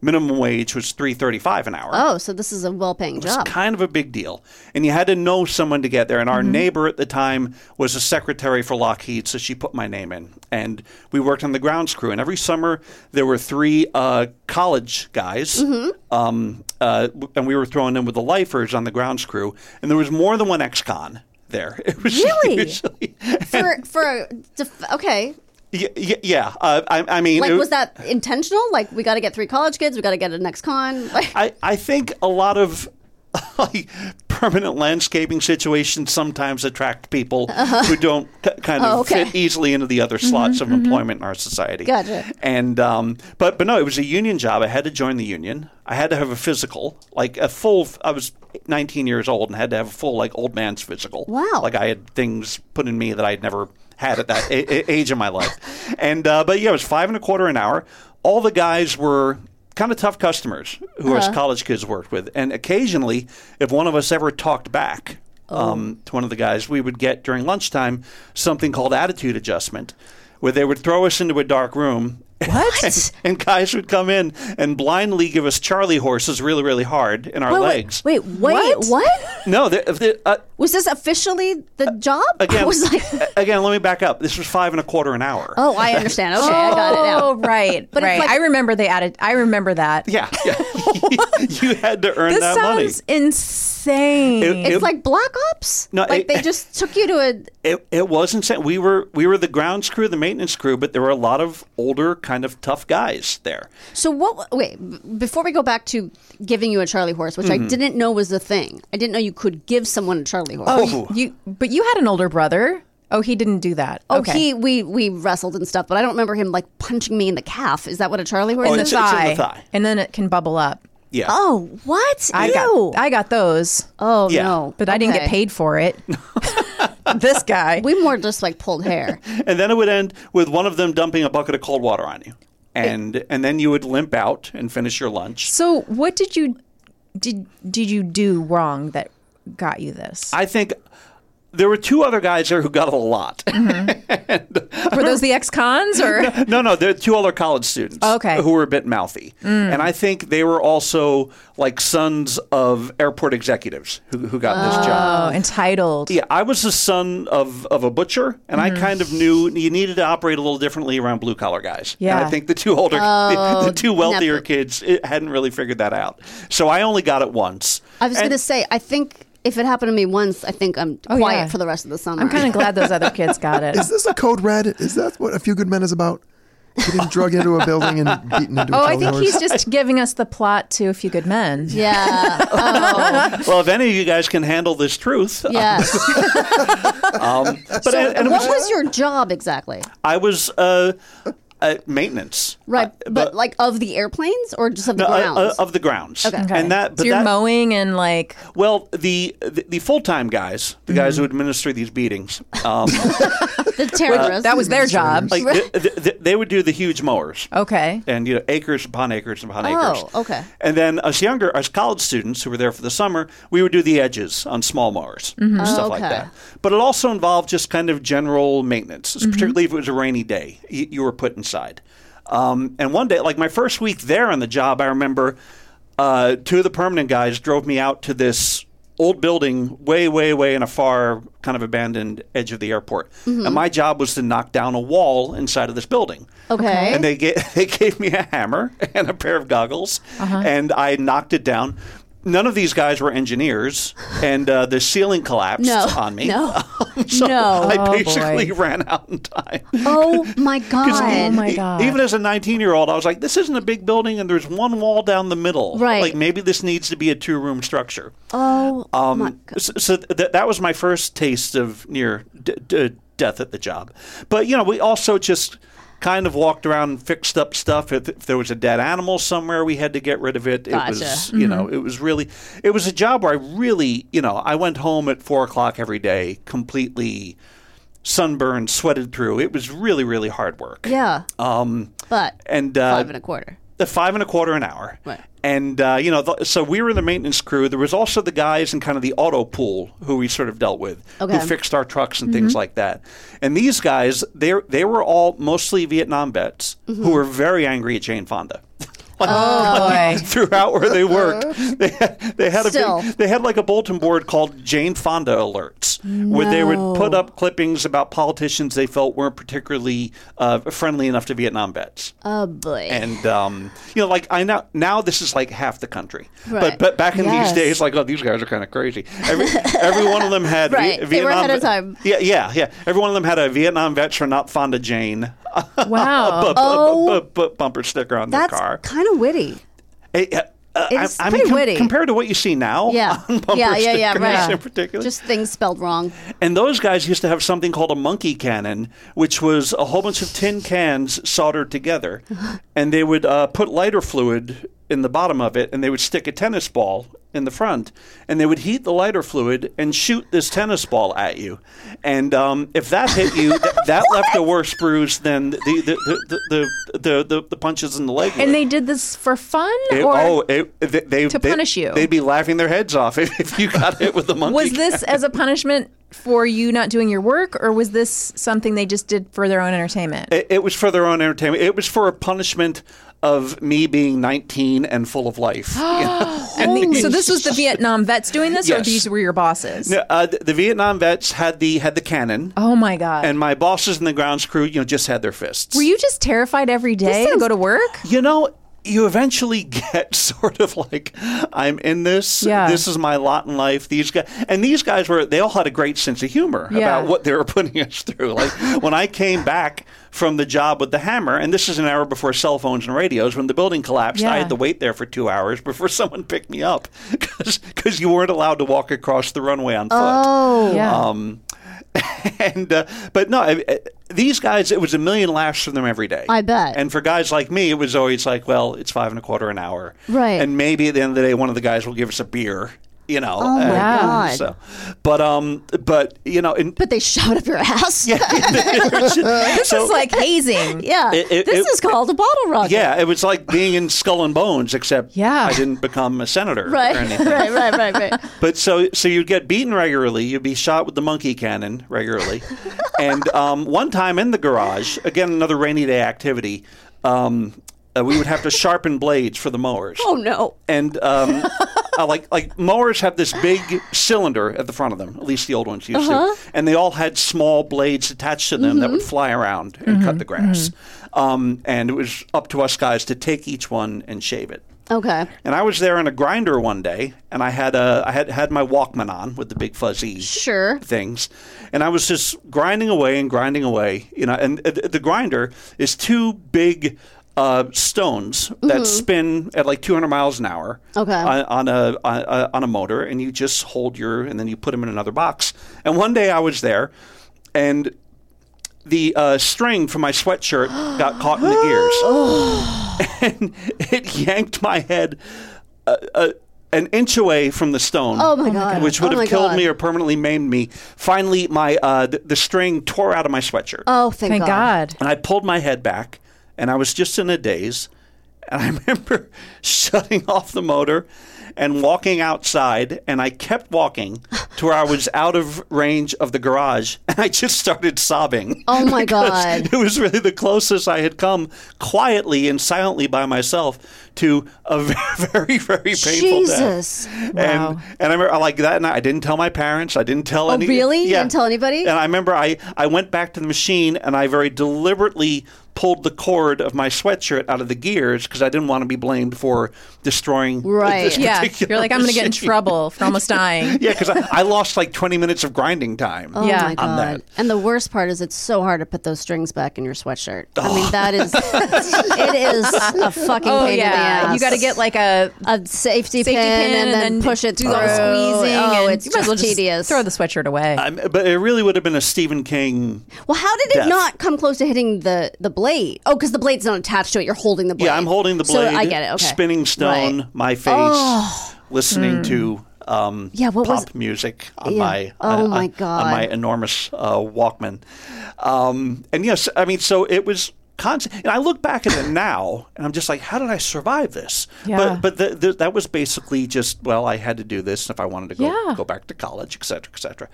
[SPEAKER 6] minimum wage was three thirty-five an hour.
[SPEAKER 2] oh, so this is a well-paying
[SPEAKER 6] It's
[SPEAKER 2] job.
[SPEAKER 6] kind of a big deal. And you had to know someone to get there. And our
[SPEAKER 2] Mm-hmm.
[SPEAKER 6] neighbor at the time was a secretary for Lockheed, so she put my name in. And we worked on the grounds crew. And every summer, there were three uh, college guys.
[SPEAKER 2] Mm-hmm.
[SPEAKER 6] Um, uh, w- and we were thrown in with the lifers on the grounds crew. And there was more than one ex con there. It was
[SPEAKER 2] Really?
[SPEAKER 6] usually-
[SPEAKER 2] for for a def- okay.
[SPEAKER 6] Y- y- yeah. Uh, I, I mean,
[SPEAKER 2] Like
[SPEAKER 6] it-
[SPEAKER 2] was that intentional? Like we got to get three college kids, we got to get an ex con. Like
[SPEAKER 6] I, I think a lot of like permanent landscaping situations sometimes attract people who don't k- kind of
[SPEAKER 2] Uh-huh. Oh, okay. Mm-hmm,
[SPEAKER 6] fit easily into the other slots of employment in our society.
[SPEAKER 2] Gotcha.
[SPEAKER 6] And um, but but no, it was a union job. I had to join the union. I had to have a physical, like a full. I was 19 years old and had to have a full like old man's physical.
[SPEAKER 2] Wow.
[SPEAKER 6] Like I had things put in me that I'd never had at that a- a- age in my life. And uh, but yeah, it was five and a quarter an hour. All the guys were kind of tough customers who us
[SPEAKER 2] Uh-huh.
[SPEAKER 6] college kids worked with, and occasionally, if one of us ever talked back.
[SPEAKER 2] Oh.
[SPEAKER 6] Um, to one of the guys, we would get during lunchtime something called attitude adjustment, where they would throw us into a dark room. What? and guys would come in and blindly give us Charlie horses really, really hard in our legs.
[SPEAKER 2] wait, wait, what?
[SPEAKER 6] No, they, they, uh,
[SPEAKER 2] Was this officially the job?
[SPEAKER 6] again, uh,
[SPEAKER 2] I was like,
[SPEAKER 6] a- again, let me back up. This was five and a quarter an hour.
[SPEAKER 2] oh, I understand. Okay, I got it now.
[SPEAKER 1] Oh, right.
[SPEAKER 2] But it's
[SPEAKER 1] right.
[SPEAKER 2] like-
[SPEAKER 1] I remember they added, I remember that.
[SPEAKER 6] Yeah, yeah. you had to earn
[SPEAKER 1] This
[SPEAKER 6] that money.
[SPEAKER 1] sounds insane.
[SPEAKER 6] It-
[SPEAKER 2] It's like Black Ops.
[SPEAKER 6] No,
[SPEAKER 2] like
[SPEAKER 6] it-
[SPEAKER 2] they just took you to a.
[SPEAKER 6] It, it wasn't. sa- We were we were the grounds crew, the maintenance crew, but there were a lot of older, kind of tough guys there.
[SPEAKER 2] So what? Wait, b- before we go back to giving you a Charlie horse, which
[SPEAKER 6] Mm-hmm.
[SPEAKER 2] I didn't know was a thing. I didn't know you could give someone a Charlie horse.
[SPEAKER 1] oh, you, you- but you had an older brother. Oh, he didn't do that.
[SPEAKER 2] Oh,
[SPEAKER 1] okay.
[SPEAKER 2] he we we wrestled and stuff, but I don't remember him like punching me in the calf. Is that what a Charlie horse
[SPEAKER 6] Oh,
[SPEAKER 2] is?
[SPEAKER 6] it's- it's in the thigh.
[SPEAKER 1] And then it can bubble up.
[SPEAKER 6] Yeah.
[SPEAKER 2] oh, what?
[SPEAKER 1] I
[SPEAKER 2] Ew.
[SPEAKER 1] got I got those,
[SPEAKER 2] oh
[SPEAKER 6] Yeah.
[SPEAKER 2] no,
[SPEAKER 1] but I didn't get
[SPEAKER 2] Okay.
[SPEAKER 1] paid for it. this guy.
[SPEAKER 2] We more just like pulled hair.
[SPEAKER 6] and then it would end with one of them dumping a bucket of cold water on you, and and then you would limp out and finish your lunch.
[SPEAKER 1] so what did you did did you do wrong that got you this?
[SPEAKER 6] I think there were two other guys there who got a lot.
[SPEAKER 1] Were those the ex cons or
[SPEAKER 6] no, no, they're two other college students.
[SPEAKER 1] Okay.
[SPEAKER 6] Who were a bit mouthy.
[SPEAKER 2] Mm.
[SPEAKER 6] And I think they were also like sons of airport executives who, who got this job.
[SPEAKER 1] oh, entitled?
[SPEAKER 6] Yeah, I was the son of, of a butcher, and
[SPEAKER 2] Mm.
[SPEAKER 6] I kind of knew you needed to operate a little differently around blue collar guys. And
[SPEAKER 1] Yeah.
[SPEAKER 6] I think the two older,
[SPEAKER 2] Oh,
[SPEAKER 6] the, the two wealthier
[SPEAKER 2] nepo-
[SPEAKER 6] kids it, hadn't really figured that out. So I only got it once.
[SPEAKER 2] I was
[SPEAKER 6] And-
[SPEAKER 2] going to say, I think if it happened to me once, I think I'm
[SPEAKER 1] Oh,
[SPEAKER 2] quiet
[SPEAKER 1] yeah.
[SPEAKER 2] for the rest of the summer.
[SPEAKER 1] I'm kind of glad those other kids got it.
[SPEAKER 4] Is this a code red? Is that what A Few Good Men is about? Getting drug into a building and beaten into a
[SPEAKER 1] Oh, I
[SPEAKER 4] trolley
[SPEAKER 1] think
[SPEAKER 4] horse?
[SPEAKER 1] he's just giving us the plot to A Few Good Men.
[SPEAKER 2] Yeah. Oh,
[SPEAKER 6] well, if any of you guys can handle this truth,
[SPEAKER 2] yeah. so,
[SPEAKER 6] um, but and, and it
[SPEAKER 2] what
[SPEAKER 6] was,
[SPEAKER 2] was your job exactly?
[SPEAKER 6] I was uh, uh, maintenance.
[SPEAKER 2] Right,
[SPEAKER 6] Uh,
[SPEAKER 2] but, like of the airplanes or just of the
[SPEAKER 6] No, uh,
[SPEAKER 2] grounds?
[SPEAKER 6] uh, of the grounds. Okay. And that, but
[SPEAKER 1] so you're
[SPEAKER 6] that,
[SPEAKER 1] mowing and like
[SPEAKER 6] well, the the, the full time guys, the guys who
[SPEAKER 1] Mm-hmm.
[SPEAKER 6] administer these beatings, um,
[SPEAKER 2] the terrorists.
[SPEAKER 1] that was their job.
[SPEAKER 6] like th- th- th- they would do the huge mowers.
[SPEAKER 1] okay.
[SPEAKER 6] and you know acres upon acres upon
[SPEAKER 2] Oh,
[SPEAKER 6] acres.
[SPEAKER 2] okay.
[SPEAKER 6] And then us younger, us college students who were there for the summer, we would do the edges on small mowers and stuff like
[SPEAKER 2] Mm-hmm. Oh, Okay.
[SPEAKER 6] that. But it also involved just kind of general maintenance,
[SPEAKER 2] Mm-hmm.
[SPEAKER 6] particularly if it was a rainy day. You, you were put inside. Um, and one day, like my first week there on the job, I remember uh, two of the permanent guys drove me out to this old building way, way, way in a far kind of abandoned edge of the airport.
[SPEAKER 2] Mm-hmm.
[SPEAKER 6] And my job was to knock down a wall inside of this building.
[SPEAKER 2] Okay.
[SPEAKER 1] Eh?
[SPEAKER 6] And they gave, they gave me a hammer and a pair of goggles,
[SPEAKER 1] Uh-huh.
[SPEAKER 6] and I knocked it down. None of these guys were engineers, and uh, the ceiling collapsed
[SPEAKER 2] No.
[SPEAKER 6] on me.
[SPEAKER 2] No.
[SPEAKER 6] so
[SPEAKER 2] No.
[SPEAKER 6] I
[SPEAKER 1] Oh, boy.
[SPEAKER 6] basically ran out in time.
[SPEAKER 2] oh my
[SPEAKER 6] 'Cause
[SPEAKER 2] god.
[SPEAKER 1] Oh my
[SPEAKER 6] e-
[SPEAKER 1] God.
[SPEAKER 6] Even as a 19 year old, I was like, this isn't a big building and there's one wall down the middle.
[SPEAKER 2] Right.
[SPEAKER 6] Like maybe this needs to be a two room structure.
[SPEAKER 2] Oh
[SPEAKER 6] Um,
[SPEAKER 2] my god.
[SPEAKER 6] So, so th- that was my first taste of near d- d- death at the job. But, you know, we also just kind of walked around and fixed up stuff. If, if there was a dead animal somewhere, we had to get rid of it.
[SPEAKER 2] Gotcha. Mm-hmm.
[SPEAKER 6] It was, you know, it was really, it was a job where I really, you know, I went home at four o'clock every day completely sunburned, sweated through. It was really, really hard work
[SPEAKER 2] Yeah.
[SPEAKER 6] um,
[SPEAKER 2] But
[SPEAKER 6] and uh,
[SPEAKER 2] five and a quarter.
[SPEAKER 6] the five and a quarter an hour.
[SPEAKER 2] Right.
[SPEAKER 6] And uh, you know, th so we were the maintenance crew. There was also the guys in kind of the auto pool who we sort of dealt with,
[SPEAKER 2] Okay. Mm-hmm.
[SPEAKER 6] who fixed our trucks and things like that. And these guys, they they were all mostly Vietnam vets
[SPEAKER 2] Mm-hmm.
[SPEAKER 6] who were very angry at Jane Fonda. Like,
[SPEAKER 2] Oh,
[SPEAKER 1] boy.
[SPEAKER 6] throughout where they worked, they had, they had a
[SPEAKER 2] Still.
[SPEAKER 6] big, they had like a bulletin board called Jane Fonda alerts, where they would put up clippings about politicians they felt weren't particularly uh, friendly enough to Vietnam vets
[SPEAKER 2] Oh boy.
[SPEAKER 6] uh, and um, you know, like I now now this is like half the country,
[SPEAKER 2] Right.
[SPEAKER 6] but but back in
[SPEAKER 1] Yes.
[SPEAKER 6] these days, like oh, these guys are kind of crazy. Every every one of them had Vi-
[SPEAKER 2] Right. They were
[SPEAKER 6] Vietnam
[SPEAKER 2] ahead of
[SPEAKER 6] vet-
[SPEAKER 2] time.
[SPEAKER 6] Yeah, yeah, yeah. Every one of them had a Vietnam veteran, not Fonda Jane,
[SPEAKER 1] Wow.
[SPEAKER 6] bu- bu-
[SPEAKER 2] Oh.
[SPEAKER 6] bu- bu- bumper sticker on their
[SPEAKER 2] That's
[SPEAKER 6] car.
[SPEAKER 2] kind of witty.
[SPEAKER 6] Hey, uh, uh,
[SPEAKER 2] It's
[SPEAKER 6] I, I
[SPEAKER 2] pretty
[SPEAKER 6] mean, com-
[SPEAKER 2] witty.
[SPEAKER 6] compared to what you see now,
[SPEAKER 2] Yeah.
[SPEAKER 6] on bumper
[SPEAKER 2] yeah, yeah, yeah,
[SPEAKER 6] stickers
[SPEAKER 2] right.
[SPEAKER 6] in particular.
[SPEAKER 2] Just things spelled wrong.
[SPEAKER 6] And those guys used to have something called a monkey cannon, which was a whole bunch of tin cans soldered together. And they would uh, put lighter fluid in the bottom of it, and they would stick a tennis ball in the front. And they would heat the lighter fluid and shoot this tennis ball at you. And um, if that hit you, th- that left a worse bruise than the, the, the, the, the, the, the punches in the leg. would.
[SPEAKER 1] And they did this for fun?
[SPEAKER 6] It-
[SPEAKER 1] or
[SPEAKER 6] oh, it, they, they,
[SPEAKER 1] to
[SPEAKER 6] they-
[SPEAKER 1] punish you.
[SPEAKER 6] They'd be laughing their heads off if, if you got hit with the monkey.
[SPEAKER 1] was this as a punishment for you not doing your work, or was this something they just did for their own entertainment?
[SPEAKER 6] It, it was for their own entertainment. It was for a punishment of me being 19 and full of life. You know?
[SPEAKER 1] And the- so this was the Vietnam vets doing this, or
[SPEAKER 6] Yes.
[SPEAKER 1] these were your bosses?
[SPEAKER 6] No, uh, the, the Vietnam vets had the had the cannon,
[SPEAKER 1] Oh my god!
[SPEAKER 6] and my bosses and the grounds crew, you know, just had their fists.
[SPEAKER 1] were you just terrified every day to go to work?
[SPEAKER 6] You know. You eventually get sort of like, I'm in this.
[SPEAKER 1] Yeah.
[SPEAKER 6] This is my lot in life. These guys, and these guys were, they all had a great sense of humor
[SPEAKER 1] Yeah.
[SPEAKER 6] about what they were putting us through. Like when I came back from the job with the hammer, and this is an hour before cell phones and radios, when the building collapsed, I
[SPEAKER 1] Yeah.
[SPEAKER 6] had to wait there for two hours before someone picked me up because you weren't allowed to walk across the runway on foot.
[SPEAKER 1] Oh.
[SPEAKER 2] Oh,
[SPEAKER 1] yeah.
[SPEAKER 6] Um, and uh, but no, I, I- these guys, it was a million laughs from them every day.
[SPEAKER 2] I bet.
[SPEAKER 6] And for guys like me, it was always like, well, it's five and a quarter an hour,
[SPEAKER 2] Right.
[SPEAKER 6] And maybe at the end of the day, one of the guys will give us a beer, you know. Oh
[SPEAKER 2] my God.
[SPEAKER 6] So, but um, but you know, in,
[SPEAKER 2] But they shot up your ass. Yeah.
[SPEAKER 6] this
[SPEAKER 1] This is like hazing.
[SPEAKER 6] It- it-
[SPEAKER 2] this
[SPEAKER 6] it-
[SPEAKER 2] is called a bottle rocket.
[SPEAKER 6] Yeah, it was like being in Skull and Bones, except
[SPEAKER 1] Yeah.
[SPEAKER 6] I didn't become a senator
[SPEAKER 2] Right.
[SPEAKER 6] or anything.
[SPEAKER 2] right, right, right, right.
[SPEAKER 6] But so so you'd get beaten regularly. You'd be shot with the monkey cannon regularly. and um, one time in the garage, again another rainy day activity, um, uh, we would have to sharpen blades for the mowers.
[SPEAKER 2] Oh no.
[SPEAKER 6] And um, uh, like like mowers have this big cylinder at the front of them. At least the old ones used to. And they all had small blades attached to them that would fly around and cut the grass. Um, and it was up to us guys to take each one and shave it.
[SPEAKER 2] Okay.
[SPEAKER 6] And I was there in a grinder one day, and I had a I had had my Walkman on with the big fuzzy
[SPEAKER 2] Sure.
[SPEAKER 6] things, and I was just grinding away and grinding away, you know. And uh, th- the grinder is two big uh, stones that spin at like 200 miles an hour
[SPEAKER 2] Okay.
[SPEAKER 6] on, on a on a- on a motor, and you just hold your and then you put them in another box. And one day I was there, and the uh, string from my sweatshirt got caught in the gears, and it yanked my head uh, uh, an inch away from the stone.
[SPEAKER 2] Oh, my God.
[SPEAKER 6] Which would
[SPEAKER 2] Oh, my
[SPEAKER 6] have killed
[SPEAKER 2] God.
[SPEAKER 6] me or permanently maimed me. Finally, my uh, th- the string tore out of my sweatshirt,
[SPEAKER 2] Oh, thank,
[SPEAKER 1] Thank God.
[SPEAKER 6] and I pulled my head back, and I was just in a daze. And I remember shutting off the motor and walking outside, and I kept walking to where I was out of range of the garage, and I just started sobbing.
[SPEAKER 2] Oh, my
[SPEAKER 6] Because
[SPEAKER 2] God.
[SPEAKER 6] It was really the closest I had come quietly and silently by myself to a very, very, very painful
[SPEAKER 2] Jesus. Wow.
[SPEAKER 6] death.
[SPEAKER 2] Oh,
[SPEAKER 6] And, and I remember, like that night, I didn't tell my parents. I didn't tell. any,
[SPEAKER 2] really? You didn't tell anybody?
[SPEAKER 6] And I remember I, I went back to the machine and I very deliberately pulled the cord of my sweatshirt out of the gears because I didn't want to be blamed for destroying
[SPEAKER 2] Right.
[SPEAKER 6] this
[SPEAKER 1] Yeah.
[SPEAKER 6] particular
[SPEAKER 1] You're like, I'm going to get in
[SPEAKER 6] machine."
[SPEAKER 1] trouble for almost dying.
[SPEAKER 6] Yeah, because I, I lost like 20 minutes of grinding time.
[SPEAKER 2] Oh
[SPEAKER 1] Yeah.
[SPEAKER 2] my
[SPEAKER 6] on
[SPEAKER 2] god!
[SPEAKER 6] that.
[SPEAKER 2] And the worst part is it's so hard to put those strings back in your sweatshirt. I mean that is it is a fucking
[SPEAKER 1] Oh,
[SPEAKER 2] pain in the
[SPEAKER 1] yeah.
[SPEAKER 2] ass.
[SPEAKER 1] You got to get like a.
[SPEAKER 2] a safety,
[SPEAKER 1] Safety
[SPEAKER 2] pin, and, then, push it
[SPEAKER 1] do
[SPEAKER 2] through.
[SPEAKER 1] all the squeezing.
[SPEAKER 2] Oh,
[SPEAKER 1] and
[SPEAKER 2] it's
[SPEAKER 1] you might as
[SPEAKER 2] just
[SPEAKER 1] well
[SPEAKER 2] tedious.
[SPEAKER 1] Throw the sweatshirt away.
[SPEAKER 6] Um, but it really would have been a Stephen King.
[SPEAKER 2] well, how did it
[SPEAKER 6] Death.
[SPEAKER 2] not come close to hitting the the blade? Oh, because the blade's not attached to it. You're holding the blade.
[SPEAKER 6] Yeah, I'm holding the blade.
[SPEAKER 2] So I get it. Okay.
[SPEAKER 6] Spinning stone,
[SPEAKER 2] Right. Oh.
[SPEAKER 6] my face, listening to um,
[SPEAKER 2] Yeah, what was-
[SPEAKER 6] pop music on
[SPEAKER 2] Yeah.
[SPEAKER 6] my
[SPEAKER 2] Oh,
[SPEAKER 6] on- on-
[SPEAKER 2] my
[SPEAKER 6] on my
[SPEAKER 2] God.
[SPEAKER 6] enormous uh, Walkman. Um, and yes, I mean, so it was. Constant. And I look back at it now, and I'm just like, how did I survive this?
[SPEAKER 1] Yeah.
[SPEAKER 6] But but the, the, that was basically just well, I had to do this if I wanted to go
[SPEAKER 1] Yeah.
[SPEAKER 6] go back to college, et cetera, et cetera.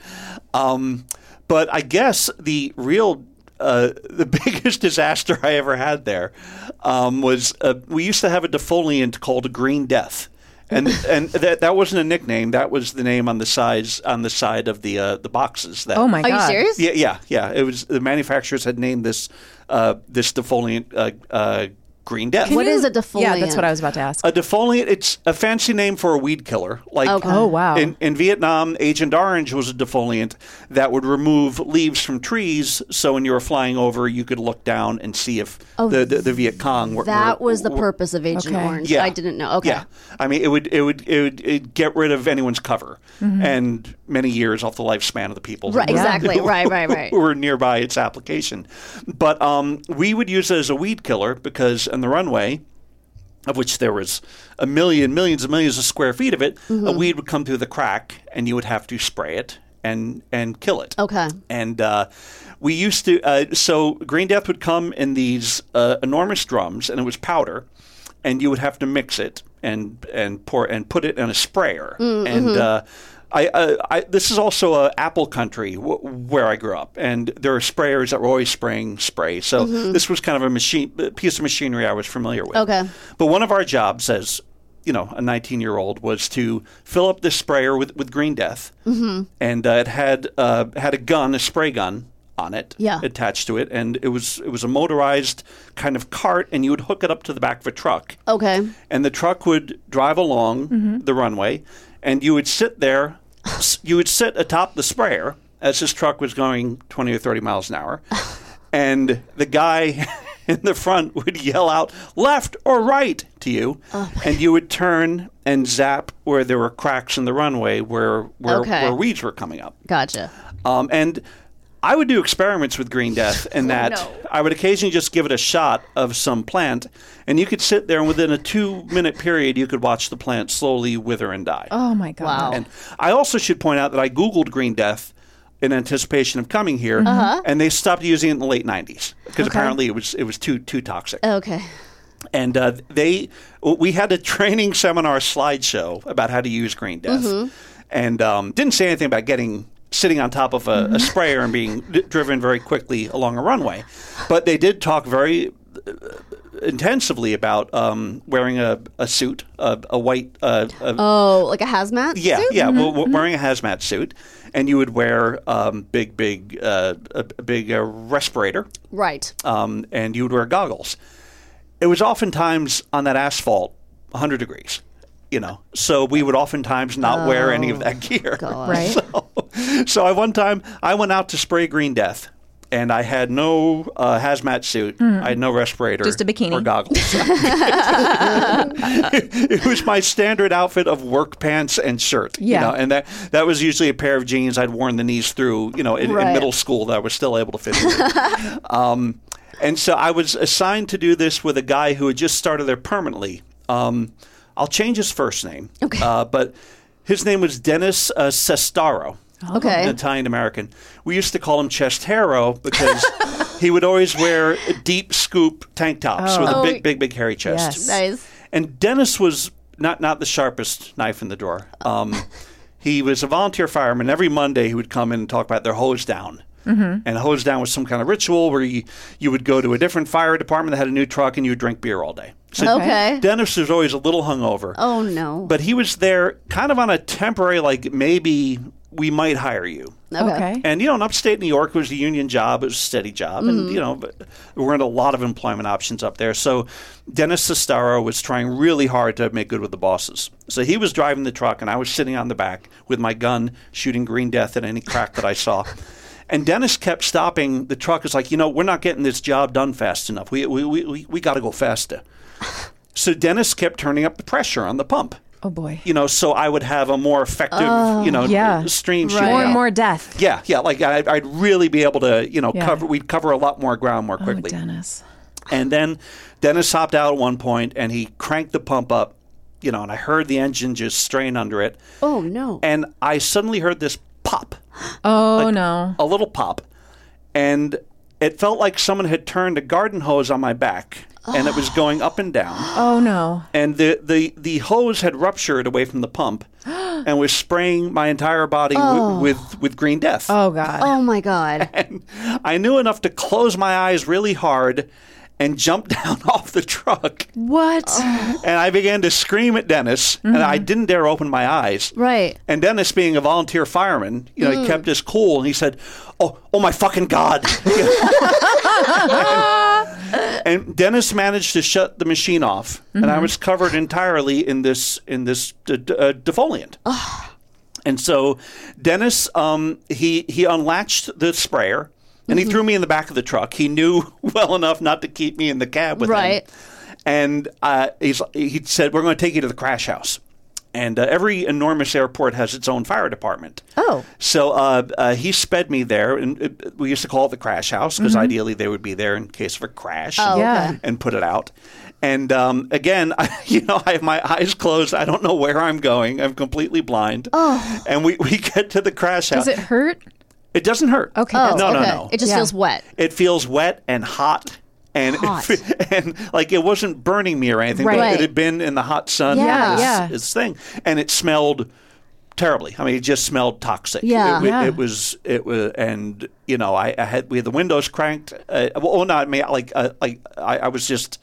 [SPEAKER 6] Um, but I guess the real uh, the biggest disaster I ever had there um, was uh, we used to have a defoliant called Green Death, and and that that wasn't a nickname. That was the name on the sides on the side of the uh, the boxes. That
[SPEAKER 1] oh my
[SPEAKER 2] Are
[SPEAKER 1] God.
[SPEAKER 2] you serious?
[SPEAKER 6] yeah, yeah, yeah. It was the manufacturers had named this uh, this defoliant uh, uh, Green Death.
[SPEAKER 2] What is a defoliant?
[SPEAKER 1] Yeah, that's what I was about to ask.
[SPEAKER 6] A defoliant. It's a fancy name for a weed killer. Like
[SPEAKER 2] Okay. Oh,
[SPEAKER 1] wow.
[SPEAKER 6] In, in Vietnam, Agent Orange was a defoliant that would remove leaves from trees. So when you were flying over, you could look down and see if the, the the Viet Cong were
[SPEAKER 2] Oh, That
[SPEAKER 6] were-
[SPEAKER 2] was the
[SPEAKER 6] were-
[SPEAKER 2] purpose of Agent
[SPEAKER 1] Okay.
[SPEAKER 2] Orange.
[SPEAKER 6] Yeah.
[SPEAKER 2] I didn't know. Okay.
[SPEAKER 6] Yeah, I mean, it would it would it would it'd get rid of anyone's cover and many years off the lifespan of the people.
[SPEAKER 2] Right,
[SPEAKER 6] who were-
[SPEAKER 2] exactly. Right, right, right.
[SPEAKER 6] who were nearby its application, but um, we would use it as a weed killer because in the runway. Of which there was a million, millions and millions of square feet of it,
[SPEAKER 2] Mm-hmm.
[SPEAKER 6] a weed would come through the crack, and you would have to spray it and and kill it.
[SPEAKER 2] Okay.
[SPEAKER 6] And uh, we used to, uh, so Green Death would come in these uh, enormous drums, and it was powder, and you would have to mix it and and pour and put it in a sprayer. And uh, I, I, I, this is also uh, apple country w- where I grew up, and there are sprayers that were always spraying spray. So this was kind of a machine a piece of machinery I was familiar with.
[SPEAKER 2] Okay.
[SPEAKER 6] But one of our jobs as you know a 19 year old was to fill up this sprayer with, with green death, mm-hmm. and uh, it had uh, had a gun, a spray gun on it,
[SPEAKER 2] Yeah.
[SPEAKER 6] attached to it, and it was it was a motorized kind of cart, and you would hook it up to the back of a truck,
[SPEAKER 2] Okay.
[SPEAKER 6] and the truck would drive along the runway, and you would sit there, s- you would sit atop the sprayer as this truck was going 20 or 30 miles an hour, and the guy in the front would yell out left or right to you, and you would turn and zap where there were cracks in the runway where where,
[SPEAKER 2] Okay.
[SPEAKER 6] where weeds were coming up.
[SPEAKER 2] Gotcha.
[SPEAKER 6] Um, and I would do experiments with Green Death in that I would occasionally just give it a shot of some plant, and you could sit there, and within a two minute period, you could watch the plant slowly wither and die.
[SPEAKER 1] oh my God.
[SPEAKER 2] Wow.
[SPEAKER 6] And I also should point out that I Googled Green Death in anticipation of coming here, and they stopped using it in the late 90s because apparently it was, it was too, too toxic
[SPEAKER 2] Oh. Okay.
[SPEAKER 6] and uh, they we had a training seminar slideshow about how to use green death and um, didn't say anything about getting sitting on top of a, a sprayer and being d- driven very quickly along a runway but they did talk very uh, intensively about um, wearing a, a suit a, a white uh, a,
[SPEAKER 2] Oh, like a hazmat?
[SPEAKER 6] yeah,
[SPEAKER 2] suit?
[SPEAKER 6] yeah. Well, w- wearing a hazmat suit, and you would wear um, big, big, uh, a a big uh, respirator,
[SPEAKER 2] Right.
[SPEAKER 6] um, and you would wear goggles. It was oftentimes on that asphalt, 100 degrees, you know. So we would oftentimes not wear any of that
[SPEAKER 1] Oh,
[SPEAKER 6] gear.
[SPEAKER 1] Right?
[SPEAKER 6] So I one time I went out to spray Green Death, and I had no uh, hazmat suit. I had no respirator,
[SPEAKER 1] Hmm. Just a bikini.
[SPEAKER 6] or goggles. it was my standard outfit of work pants and shirt. you
[SPEAKER 1] Yeah.
[SPEAKER 6] know, and that that was usually a pair of jeans I'd worn the knees through. You know, in, in
[SPEAKER 2] Right.
[SPEAKER 6] middle school that I was still able to fit. Into. um, and so I was assigned to do this with a guy who had just started there permanently. Um, I'll change his first name, okay. uh, but his name was Dennis uh, Sestaro
[SPEAKER 2] Okay.
[SPEAKER 6] an Italian American. We used to call him Chest Harrow because he would always wear deep scoop tank tops with a
[SPEAKER 2] Oh.
[SPEAKER 6] big, big, big hairy chest.
[SPEAKER 1] Yes.
[SPEAKER 2] Nice.
[SPEAKER 6] And Dennis was not not the sharpest knife in the drawer.
[SPEAKER 2] Uh.
[SPEAKER 6] Um, he was a volunteer fireman. Every Monday, he would come in and talk about their hose down. Mm-hmm. And hose down was some kind of ritual where you, you would go to a different fire department that had a new truck and you would drink beer all day. So
[SPEAKER 2] Okay.
[SPEAKER 6] Dennis was always a little hungover.
[SPEAKER 2] Oh no.
[SPEAKER 6] But he was there kind of on a temporary, like maybe we might hire you.
[SPEAKER 1] Okay.
[SPEAKER 6] And you know, in upstate New York, it was a union job, it was a steady job,
[SPEAKER 1] Mm.
[SPEAKER 6] and you know, but there weren't a lot of employment options up there. So Dennis Sestaro was trying really hard to make good with the bosses. So he was driving the truck, and I was sitting on the back with my gun, shooting Green Death at any crack that I saw. And Dennis kept stopping the truck. It's like, you know, we're not getting this job done fast enough. We we we, we, we got to go faster. So Dennis kept turning up the pressure on the pump.
[SPEAKER 1] Oh boy.
[SPEAKER 6] You know, so I would have a more effective, you know,
[SPEAKER 1] Oh, yeah.
[SPEAKER 6] stream.
[SPEAKER 2] Right.
[SPEAKER 6] shooting
[SPEAKER 1] More and
[SPEAKER 6] out.
[SPEAKER 1] more death.
[SPEAKER 6] Yeah, yeah. Like I, I'd really be able to, you know,
[SPEAKER 1] Yeah.
[SPEAKER 6] cover. We'd cover a lot more ground more
[SPEAKER 1] Oh,
[SPEAKER 6] quickly.
[SPEAKER 1] Dennis.
[SPEAKER 6] and then Dennis hopped out at one point, and he cranked the pump up, you know, and I heard the engine just strain under it,
[SPEAKER 2] oh no.
[SPEAKER 6] and I suddenly heard this pop,
[SPEAKER 1] Oh no.
[SPEAKER 6] a little pop, and it felt like someone had turned a garden hose on my back, and it was going up and down
[SPEAKER 1] Oh no.
[SPEAKER 6] and the, the, the hose had ruptured away from the pump and was spraying my entire body wi- with, with green death.
[SPEAKER 1] Oh god.
[SPEAKER 2] oh my god.
[SPEAKER 6] I knew enough to close my eyes really hard and jump down off the truck.
[SPEAKER 1] What?
[SPEAKER 2] Oh,
[SPEAKER 6] And I began to scream at Dennis, and I didn't dare open my eyes.
[SPEAKER 2] right.
[SPEAKER 6] And Dennis, being a volunteer fireman, you know, he kept his cool and he said, "Oh, oh my fucking god!" and Dennis managed to shut the machine off, and I was covered entirely in this in this d- d- uh, defoliant. and so, Dennis, um, he he unlatched the sprayer. And
[SPEAKER 2] Mm-hmm.
[SPEAKER 6] he threw me in the back of the truck. He knew well enough not to keep me in the cab with
[SPEAKER 2] Right.
[SPEAKER 6] him and uh, he's, he said, "We're going to take you to the crash house." And uh, every enormous airport has its own fire department.
[SPEAKER 2] Oh.
[SPEAKER 6] so uh, uh, he sped me there, and uh, we used to call it the crash house because ideally they would be there in case of a crash.
[SPEAKER 2] Mm-hmm. Oh,
[SPEAKER 1] Yeah.
[SPEAKER 2] okay.
[SPEAKER 6] and put it out. And um, again, I, you know, I have my eyes closed. I don't know where I'm going. I'm completely blind. Oh. And we, we get to the crash house.
[SPEAKER 1] Does it hurt?
[SPEAKER 6] It doesn't hurt. Okay.
[SPEAKER 2] Oh,
[SPEAKER 6] no,
[SPEAKER 2] okay.
[SPEAKER 6] no, no.
[SPEAKER 2] It just
[SPEAKER 1] Yeah.
[SPEAKER 2] feels wet.
[SPEAKER 6] It feels wet and hot. And,
[SPEAKER 2] Hot.
[SPEAKER 6] It, fe- and like it wasn't burning me or anything, but
[SPEAKER 1] Right.
[SPEAKER 6] it had been in the hot sun.
[SPEAKER 2] Yeah.
[SPEAKER 6] This,
[SPEAKER 1] Yeah.
[SPEAKER 6] this thing. And it smelled terribly. I mean, it just smelled toxic.
[SPEAKER 2] Yeah.
[SPEAKER 6] It, wa-
[SPEAKER 1] Yeah.
[SPEAKER 6] it was, it was, and, you know, I, I had, we had the windows cranked. Uh, well, oh, no, I mean, like, uh, like I, I was just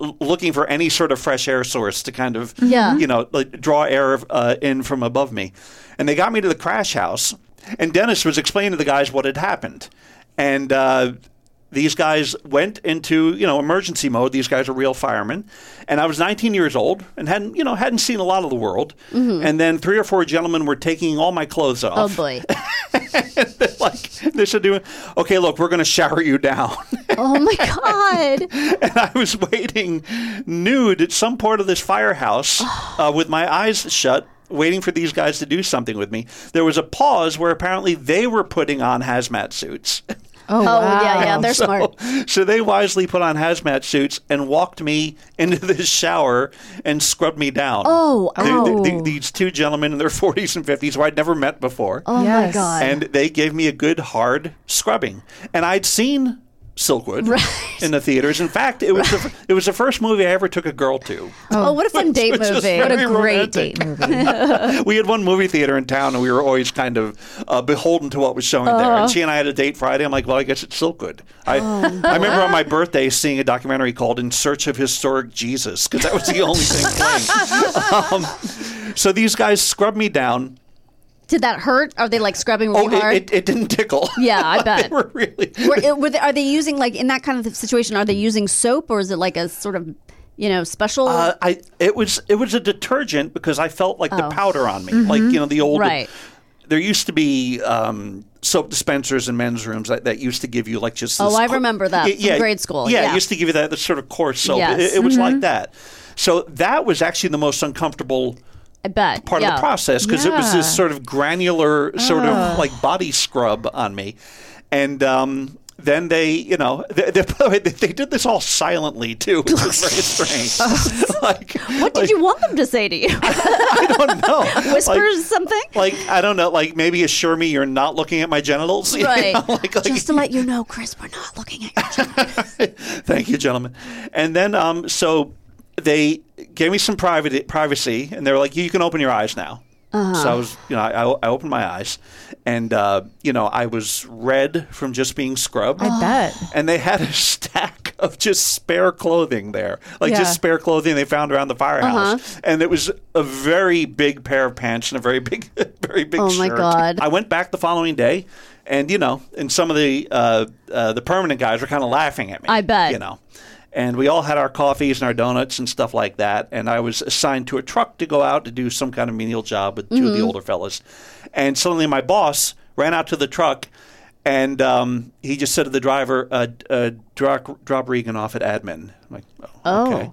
[SPEAKER 6] l- looking for any sort of fresh air source to kind of,
[SPEAKER 2] Yeah.
[SPEAKER 6] you know, like draw air uh, in from above me. And they got me to the crash house, and Dennis was explaining to the guys what had happened. And uh, these guys went into you know emergency mode. These guys are real firemen, and I was 19 years old and hadn't you know hadn't seen a lot of the world. And then three or four gentlemen were taking all my clothes off.
[SPEAKER 2] Mm-hmm. Oh boy.
[SPEAKER 6] like they should do. Okay, look, we're going to shower you down.
[SPEAKER 2] Oh my god.
[SPEAKER 6] and I was waiting nude at some part of this firehouse uh, with my eyes shut. Waiting for these guys to do something with me. There was a pause where apparently they were putting on hazmat suits.
[SPEAKER 2] Oh, yeah, yeah. They're smart.
[SPEAKER 6] So they wisely put on hazmat suits and walked me into this shower and scrubbed me down.
[SPEAKER 2] Oh,
[SPEAKER 6] They- they-
[SPEAKER 2] ow.
[SPEAKER 6] they- these two gentlemen in their 40s and 50s who I'd never met before.
[SPEAKER 2] Oh my
[SPEAKER 1] Yes.
[SPEAKER 2] god.
[SPEAKER 6] And they gave me a good hard scrubbing. And I'd seen Silkwood in the theaters. In fact, it was the, fir- it was the first movie I ever took a girl to.
[SPEAKER 2] oh, what a fun date
[SPEAKER 6] which is
[SPEAKER 2] movie.
[SPEAKER 6] very
[SPEAKER 1] What a great
[SPEAKER 6] romantic.
[SPEAKER 1] date movie.
[SPEAKER 6] we had one movie theater in town, and we were always kind of uh, beholden to what was showing there.
[SPEAKER 2] Uh-huh.
[SPEAKER 6] And she and I had a date Friday. I'm like, well, I guess it's Silkwood.
[SPEAKER 2] Oh,
[SPEAKER 6] I, I remember on my birthday seeing a documentary called "In Search of Historic Jesus" because that was the only thing playing. Um, so these guys scrubbed me down.
[SPEAKER 2] Did that hurt? Are they like scrubbing
[SPEAKER 6] Oh,
[SPEAKER 2] really hard?
[SPEAKER 6] it, it, it didn't tickle.
[SPEAKER 2] Yeah, I bet.
[SPEAKER 6] they were really.
[SPEAKER 2] Were, it- were they, are they using like in that kind of situation? Are they using soap or is it like a sort of you know special?
[SPEAKER 6] Uh, I it was it was a detergent because I felt like the powder on me, like you know the old.
[SPEAKER 2] Oh. Mm-hmm. Right.
[SPEAKER 6] There used to be um, soap dispensers in men's rooms that, that used to give you like just.
[SPEAKER 2] Oh,
[SPEAKER 6] this
[SPEAKER 2] I
[SPEAKER 6] co-
[SPEAKER 2] remember that
[SPEAKER 6] Y-
[SPEAKER 2] from grade school.
[SPEAKER 6] Yeah,
[SPEAKER 2] Yeah.
[SPEAKER 6] it used to give you that, that sort of coarse soap.
[SPEAKER 2] Yes. Mm-hmm.
[SPEAKER 6] It, it was like that. So that was actually the most uncomfortable
[SPEAKER 2] I bet
[SPEAKER 6] part of
[SPEAKER 2] Yeah. Ah.
[SPEAKER 6] the process because it was
[SPEAKER 1] Yeah.
[SPEAKER 6] this sort of granular sort of like body scrub on me and um then they, you know, they, they, by the way, they, they did this all silently too, which was very strange. like,
[SPEAKER 2] Oh. What did you want them to say to you?
[SPEAKER 6] I don't know.
[SPEAKER 2] Whispers
[SPEAKER 6] Like-
[SPEAKER 2] something?
[SPEAKER 6] Like, I don't know. Like, maybe assure me you're not looking at my genitals. you
[SPEAKER 2] Right.
[SPEAKER 6] know, like- like-
[SPEAKER 2] Just to let you know, Chris, we're not looking at you.
[SPEAKER 6] Thank you, gentlemen. And then, um, so they gave me some private privacy, and they were like, "You can open your eyes now."
[SPEAKER 2] Uh-huh.
[SPEAKER 6] So I was, you know, I, I opened my eyes, and uh, you know, I was red from just being scrubbed.
[SPEAKER 1] I bet.
[SPEAKER 6] And they had a stack of just spare clothing there, like
[SPEAKER 1] Yeah.
[SPEAKER 6] just spare clothing they found around the firehouse.
[SPEAKER 2] Uh-huh.
[SPEAKER 6] And it was a very big pair of pants and a very big, very big.
[SPEAKER 2] Oh, my
[SPEAKER 6] shirt.
[SPEAKER 2] God.
[SPEAKER 6] I went back the following day, and you know, and some of the uh, uh, the permanent guys were kind of laughing at me.
[SPEAKER 2] I bet.
[SPEAKER 6] You know. And we all had our coffees and our donuts and stuff like that. And I was assigned to a truck to go out to do some kind of menial job with 2 of the older fellas. And suddenly my boss ran out to the truck and um, he just said to the driver, uh, uh, drop, drop Regan off at admin. I'm like, oh, okay.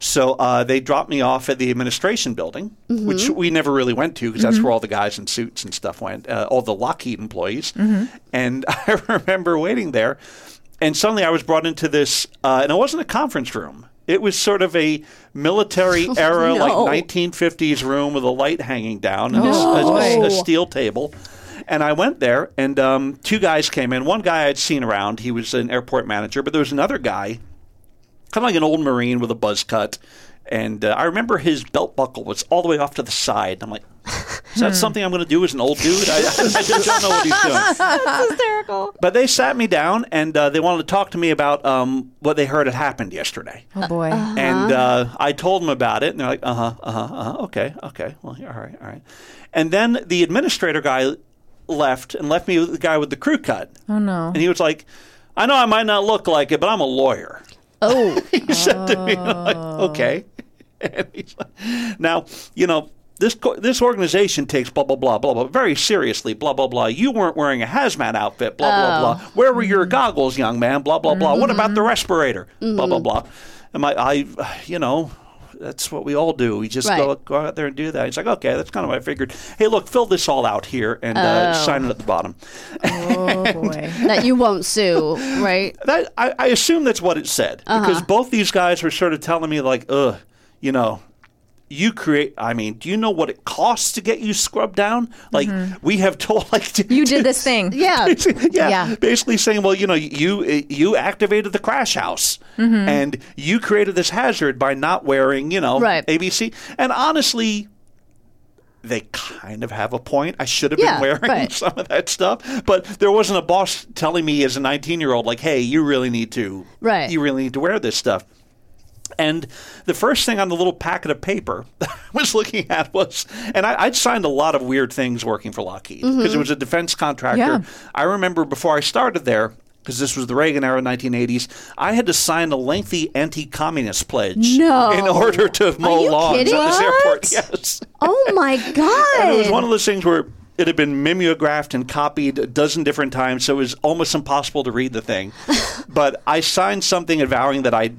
[SPEAKER 6] So uh, they dropped me off at the administration building, which we never really went to because that's where all the guys in suits and stuff went, uh, all the Lockheed employees. And I remember waiting there, and suddenly I was brought into this, uh, and it wasn't a conference room. It was sort of a military era,
[SPEAKER 2] No.
[SPEAKER 6] like 1950s room with a light hanging down and a s- a, a- a steel table. And I went there, and um, two guys came in. One guy I'd seen around, he was an airport manager, but there was another guy kind of like an old marine with a buzz cut. And uh, I remember his belt buckle was all the way off to the side. I'm like, is
[SPEAKER 1] Hmm.
[SPEAKER 6] that something I'm going to do as an old dude? I, I just don't know what he's doing.
[SPEAKER 2] hysterical.
[SPEAKER 6] But they sat me down and uh, they wanted to talk to me about um, what they heard had happened yesterday.
[SPEAKER 1] Oh boy.
[SPEAKER 6] And uh, I told them about it, and they're like, uh huh, uh huh, uh-huh, okay, okay, well, yeah, all right, all right. And then the administrator guy left and left me with the guy with the crew cut. Oh,
[SPEAKER 1] no.
[SPEAKER 6] And he was like, I know I might not look like it, but I'm a lawyer.
[SPEAKER 2] Oh,
[SPEAKER 6] He said to me, and I'm like, okay. And he's like, now, you know, this, co- this organization takes blah, blah, blah, blah, blah, very seriously, blah, blah, blah. You weren't wearing a hazmat outfit, blah, blah,
[SPEAKER 2] Oh.
[SPEAKER 6] blah. Where were
[SPEAKER 2] Mm-hmm.
[SPEAKER 6] your goggles, young man, blah, blah, blah. What about the respirator, blah,
[SPEAKER 2] Mm-hmm.
[SPEAKER 6] blah, blah. And my, I, you know, that's what we all do. We just go,
[SPEAKER 2] Right.
[SPEAKER 6] go out there and do that. He's like, okay, that's kind of what I figured. Hey, look, fill this all out here and uh, sign it at the bottom.
[SPEAKER 1] Oh boy.
[SPEAKER 2] that you won't sue, right?
[SPEAKER 6] That I, I assume that's what it said because both these guys were sort of telling me like, ugh, you know, you create. I mean, do you know what it costs to get you scrubbed down? Like we have told, like
[SPEAKER 1] You did this thing.
[SPEAKER 2] Yeah.
[SPEAKER 6] yeah,
[SPEAKER 1] Yeah.
[SPEAKER 6] basically saying, well, you know, you you activated the crash house
[SPEAKER 2] Mm-hmm.
[SPEAKER 6] and you created this hazard by not wearing, you know,
[SPEAKER 2] Right.
[SPEAKER 6] ABC. And honestly, they kind of have a point. I should have
[SPEAKER 2] Yeah,
[SPEAKER 6] been wearing
[SPEAKER 2] right.
[SPEAKER 6] some of that stuff, but there wasn't a boss telling me as a 19-year-old like, "Hey, you really need to
[SPEAKER 2] Right.
[SPEAKER 6] you really need to wear this stuff." And the first thing on the little packet of paper that I was looking at was, and I, I'd signed a lot of weird things working for Lockheed because
[SPEAKER 2] Mm-hmm.
[SPEAKER 6] it was a defense contractor.
[SPEAKER 1] Yeah.
[SPEAKER 6] I remember before I started there, because this was the Reagan era, 1980s, I had to sign a lengthy anti-communist pledge
[SPEAKER 2] No.
[SPEAKER 6] in order to mow
[SPEAKER 2] you
[SPEAKER 6] lawns
[SPEAKER 2] kidding?
[SPEAKER 6] at this airport.
[SPEAKER 2] What?
[SPEAKER 6] Yes.
[SPEAKER 2] Oh my god.
[SPEAKER 6] And it was one of those things where it had been mimeographed and copied a dozen different times, so it was almost impossible to read the thing. but I signed something avowing that I,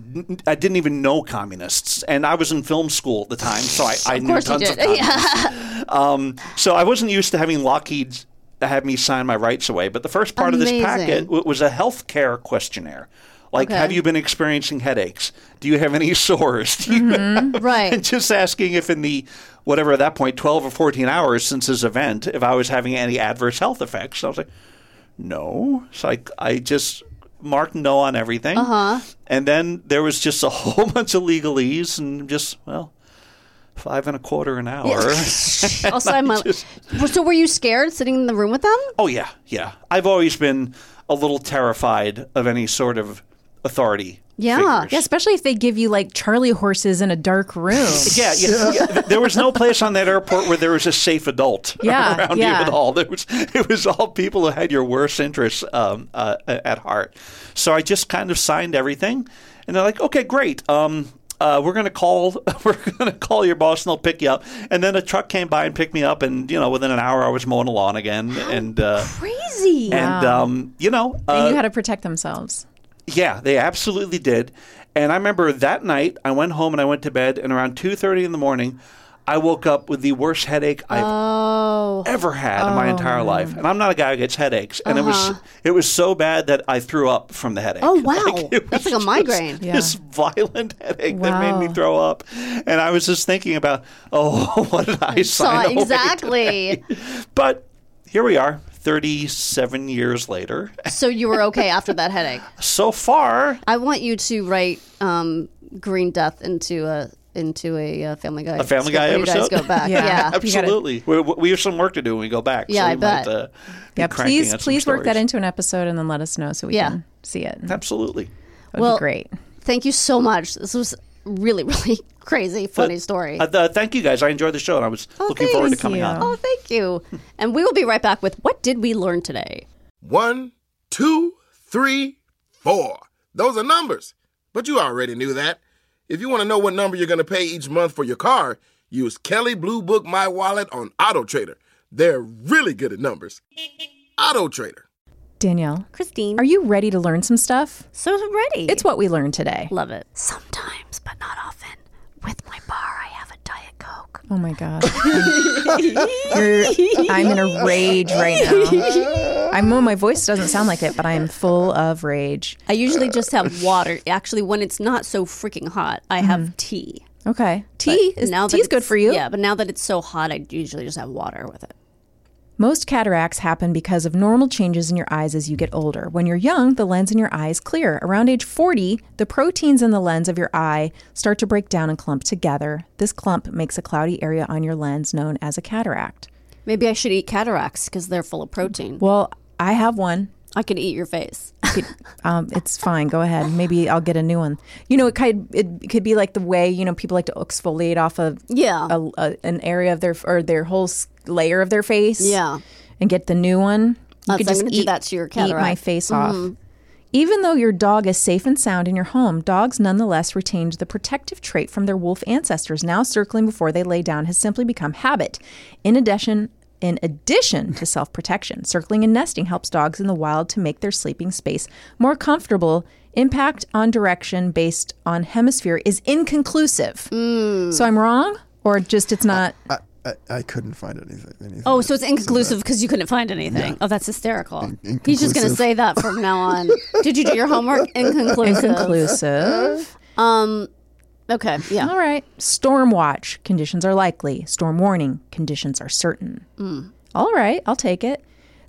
[SPEAKER 6] I didn't even know communists, and I was in film school at the time, so I, I knew
[SPEAKER 2] course you
[SPEAKER 6] tons of
[SPEAKER 2] did.
[SPEAKER 6] communists. Um, so I wasn't used to having Lockheed have me sign my rights away, but the first part of this
[SPEAKER 2] Amazing.
[SPEAKER 6] packet w- was a health care questionnaire. Like,
[SPEAKER 2] Okay.
[SPEAKER 6] have you been experiencing headaches? Do you have any sores? Do you
[SPEAKER 2] Mm-hmm.
[SPEAKER 6] and
[SPEAKER 2] right.
[SPEAKER 6] just asking if in the whatever at that point 12 or 14 hours since his event if i was having any adverse health effects i was like no so i, I just marked no on everything uh-huh. and then there was just a whole bunch of legalese and just well five and a quarter an hour
[SPEAKER 2] I'll sign my. so were you scared sitting in the room with them?
[SPEAKER 6] oh yeah yeah i've always been a little terrified of any sort of authority
[SPEAKER 2] Yeah.
[SPEAKER 6] figures.
[SPEAKER 1] Yeah, especially if they give you like Charlie horses in a dark room.
[SPEAKER 6] Yeah, yeah, yeah. Th- There was no place on that airport where there was a safe adult
[SPEAKER 1] Yeah,
[SPEAKER 6] around
[SPEAKER 1] yeah.
[SPEAKER 6] you at all. There was, it was all people who had your worst interests um, uh, at heart. So I just kind of signed everything, and they're like, "Okay, great. Um, uh, we're gonna call. We're gonna call your boss, and they'll pick you up." And then a truck came by and picked me up, and you know, within an hour, I was mowing the lawn again, and uh,
[SPEAKER 2] Crazy.
[SPEAKER 6] and um, you know, uh,
[SPEAKER 1] They knew how to protect themselves.
[SPEAKER 6] yeah, they absolutely did. And I remember that night I went home and I went to bed and around 2:30 in the morning I woke up with the worst headache I've
[SPEAKER 2] Oh.
[SPEAKER 6] ever had in my entire life. And I'm not a guy who gets headaches and it was it was so bad that I threw up from the headache.
[SPEAKER 2] Uh-huh. Oh, wow.
[SPEAKER 6] it
[SPEAKER 2] That's
[SPEAKER 6] was
[SPEAKER 2] like a migraine.
[SPEAKER 6] Just, This violent headache that made
[SPEAKER 1] Wow.
[SPEAKER 6] me throw up. And I was just thinking about, oh, what did I
[SPEAKER 2] Saw
[SPEAKER 6] sign away to?
[SPEAKER 2] exactly.
[SPEAKER 6] But here we are. 37 years later.
[SPEAKER 2] So you were okay after that headache.
[SPEAKER 6] So far,
[SPEAKER 2] I want you to write um, Green Death into a into a uh, Family Guy.
[SPEAKER 6] A Family Guy
[SPEAKER 2] where You guys
[SPEAKER 6] episode?
[SPEAKER 2] go back.
[SPEAKER 1] Yeah.
[SPEAKER 2] yeah.
[SPEAKER 1] You gotta-
[SPEAKER 6] absolutely. We, we have some work to do when we go back.
[SPEAKER 2] Yeah,
[SPEAKER 6] so
[SPEAKER 2] I
[SPEAKER 6] we might,
[SPEAKER 2] bet.
[SPEAKER 6] uh, be
[SPEAKER 1] Yeah,
[SPEAKER 6] cranking
[SPEAKER 1] please
[SPEAKER 6] out some
[SPEAKER 1] please work that
[SPEAKER 6] stories.
[SPEAKER 1] into an episode and then let us know so we
[SPEAKER 2] Yeah.
[SPEAKER 1] can see it. That
[SPEAKER 6] Absolutely.
[SPEAKER 1] would
[SPEAKER 2] Well,
[SPEAKER 1] be great.
[SPEAKER 2] Thank you so much. This was really really crazy funny
[SPEAKER 6] But,
[SPEAKER 2] story.
[SPEAKER 6] Uh, th- thank you guys. I enjoyed the show, and I was looking forward to
[SPEAKER 1] thank
[SPEAKER 6] coming
[SPEAKER 1] you.
[SPEAKER 6] on.
[SPEAKER 2] oh, thank you. And we will be right back with what did we learn today?
[SPEAKER 7] One, two, three, four. Those are numbers. But you already knew that. If you want to know what number you're going to pay each month for your car, use Kelly Blue Book My Wallet on Auto Trader. They're really good at numbers. Auto Trader.
[SPEAKER 1] Danielle,
[SPEAKER 2] Christine,
[SPEAKER 1] are you ready to learn some stuff?
[SPEAKER 2] so ready?
[SPEAKER 1] It's what we learned today.
[SPEAKER 2] love it. Sometimes, but not often. With my bar, I have a diet coke.
[SPEAKER 1] Oh my god. You're, I'm in a rage right now. I know my voice doesn't sound like it, but I am full of rage.
[SPEAKER 2] I usually just have water. Actually, when it's not so freaking hot, I have tea.
[SPEAKER 1] Okay. Tea
[SPEAKER 2] But
[SPEAKER 1] is
[SPEAKER 2] now that
[SPEAKER 1] tea's good
[SPEAKER 2] it's-
[SPEAKER 1] for you.
[SPEAKER 2] Yeah, but now that it's so hot, I usually just have water with it.
[SPEAKER 1] Most cataracts happen because of normal changes in your eyes as you get older. When you're young, the lens in your eye is clear. Around age 40, the proteins in the lens of your eye start to break down and clump together. This clump makes a cloudy area on your lens known as a cataract.
[SPEAKER 2] Maybe I should eat cataracts because they're full of protein.
[SPEAKER 1] Well, I have one.
[SPEAKER 2] I could eat your face.
[SPEAKER 1] Um, it's fine. Go ahead. Maybe I'll get a new one. You know, it could it could be like the way you know people like to exfoliate off a,
[SPEAKER 2] Yeah.
[SPEAKER 1] a, a an area of their or their whole s- layer of their face.
[SPEAKER 2] yeah.
[SPEAKER 1] and get the new one. You
[SPEAKER 2] That's- Oh, I'm gonna do that to your Mm-hmm.
[SPEAKER 1] eat my
[SPEAKER 2] cataract.
[SPEAKER 1] face off. Even though your dog is safe and sound in your home, dogs nonetheless retained the protective trait from their wolf ancestors. Now circling before they lay down has simply become habit. In addition, in addition to self-protection, circling and nesting helps dogs in the wild to make their sleeping space more comfortable. Impact on direction based on hemisphere is inconclusive.
[SPEAKER 2] Mm.
[SPEAKER 1] So I'm wrong, or just it's not.
[SPEAKER 2] Uh,
[SPEAKER 4] I, I, I couldn't find anything. anything
[SPEAKER 2] Oh, so it's inconclusive because you couldn't find anything. Oh, that's hysterical.
[SPEAKER 4] In-
[SPEAKER 2] He's just going to
[SPEAKER 4] inconclusive.
[SPEAKER 2] say that from now on. Did you do your homework? Inconclusive.
[SPEAKER 1] Inconclusive.
[SPEAKER 2] Okay. Yeah.
[SPEAKER 1] All right. Storm watch. Conditions are likely. Storm warning. Conditions are certain.
[SPEAKER 2] Mm.
[SPEAKER 1] All right. I'll take it.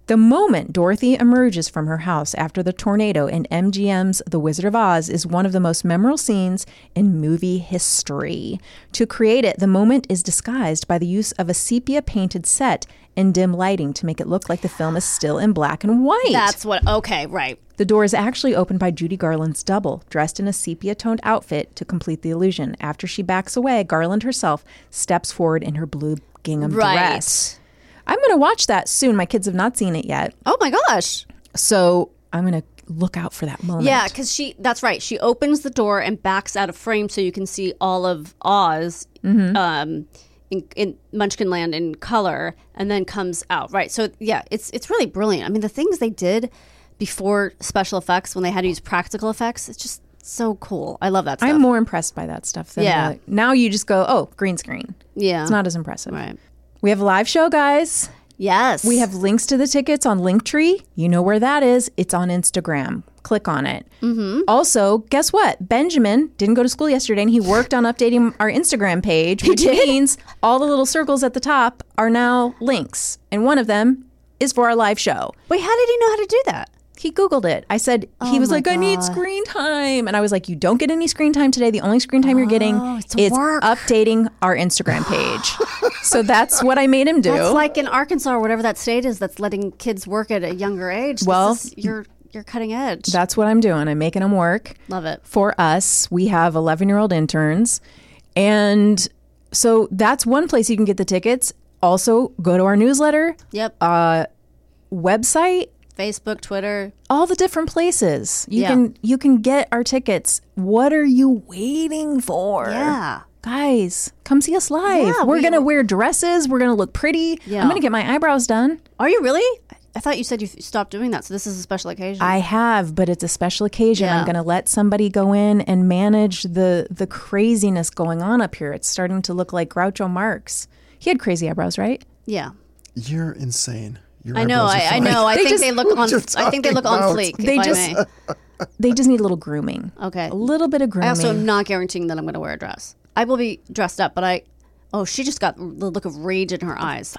[SPEAKER 1] The moment Dorothy emerges from her house after the tornado in MGM's The Wizard of Oz is one of the most memorable scenes in movie history. To create it, the moment is disguised by the use of a sepia painted set and dim lighting to make it look like the film is still in black and white.
[SPEAKER 2] That's what. Okay. Right.
[SPEAKER 1] The door is actually opened by Judy Garland's double, dressed in a sepia toned outfit to complete the illusion. After she backs away, Garland herself steps forward in her blue gingham
[SPEAKER 2] Right.
[SPEAKER 1] dress. I'm going to watch that soon. My kids have not seen it yet.
[SPEAKER 2] Oh my gosh.
[SPEAKER 1] So I'm going to look out for that moment.
[SPEAKER 2] Yeah, because she, that's right. She opens the door and backs out of frame so you can see all of Oz
[SPEAKER 1] Mm-hmm.
[SPEAKER 2] um, in, in Munchkin Land in color and then comes out. Right. So, yeah, it's, it's really brilliant. I mean, the things they did before special effects when they had to use practical effects, it's just so cool. I love that stuff.
[SPEAKER 1] I'm more impressed by that stuff than
[SPEAKER 2] Yeah.
[SPEAKER 1] the- now you just go, oh, green screen.
[SPEAKER 2] yeah.
[SPEAKER 1] It's not as impressive.
[SPEAKER 2] Right.
[SPEAKER 1] We have a live show, guys.
[SPEAKER 2] Yes.
[SPEAKER 1] We have links to the tickets on Linktree. You know where that is. It's on Instagram. Click on it. Mm-hmm. Also, guess what? Benjamin didn't go to school yesterday, and he worked on updating our Instagram page, which means all the little circles at the top are now links, and one of them is for our live show.
[SPEAKER 2] Wait, how did he know how to do that? Oh
[SPEAKER 1] He Googled it. I said, he was like, I need screen time. And I was like, you don't get any screen time today. The only screen time you're getting is
[SPEAKER 2] Oh, work.
[SPEAKER 1] updating our Instagram page. so that's what I made him do.
[SPEAKER 2] It's like in Arkansas or whatever that state is that's letting kids work at a younger age. This
[SPEAKER 1] Well-
[SPEAKER 2] is- you're, you're cutting edge.
[SPEAKER 1] that's what I'm doing. I'm making him work.
[SPEAKER 2] love it.
[SPEAKER 1] for us, we have 11 year old interns. And so that's one place you can get the tickets. Also, go to our newsletter,
[SPEAKER 2] Yep.
[SPEAKER 1] Uh, website,
[SPEAKER 2] Facebook, Twitter.
[SPEAKER 1] all the different places. You
[SPEAKER 2] Yeah.
[SPEAKER 1] can you can get our tickets. What are you waiting for?
[SPEAKER 2] Yeah.
[SPEAKER 1] Guys, come see us live.
[SPEAKER 2] Yeah,
[SPEAKER 1] we're
[SPEAKER 2] we-
[SPEAKER 1] going to wear dresses. We're going to look pretty.
[SPEAKER 2] Yeah.
[SPEAKER 1] I'm going to get my eyebrows done.
[SPEAKER 2] Are you really? I- I thought you said you f- stopped doing that, so this is a special occasion.
[SPEAKER 1] I have, but it's a special occasion.
[SPEAKER 2] Yeah.
[SPEAKER 1] I'm going to let somebody go in and manage the the craziness going on up here. It's starting to look like Groucho Marx. He had crazy eyebrows, right?
[SPEAKER 2] yeah,
[SPEAKER 4] You're insane. Your
[SPEAKER 2] I know.
[SPEAKER 4] eyebrows are
[SPEAKER 2] I, I
[SPEAKER 4] fine.
[SPEAKER 2] know. I
[SPEAKER 1] They
[SPEAKER 2] think
[SPEAKER 1] just-
[SPEAKER 2] they look on.
[SPEAKER 4] you're
[SPEAKER 2] I think they look on
[SPEAKER 4] talking about?
[SPEAKER 2] fleek.
[SPEAKER 1] They
[SPEAKER 2] if I
[SPEAKER 1] just-
[SPEAKER 2] may.
[SPEAKER 1] They just need a little grooming.
[SPEAKER 2] okay.
[SPEAKER 1] A little bit of grooming.
[SPEAKER 2] I also am not guaranteeing that I'm going to wear a dress. I will be dressed up, but I. Oh, she just got the look of rage in her eyes.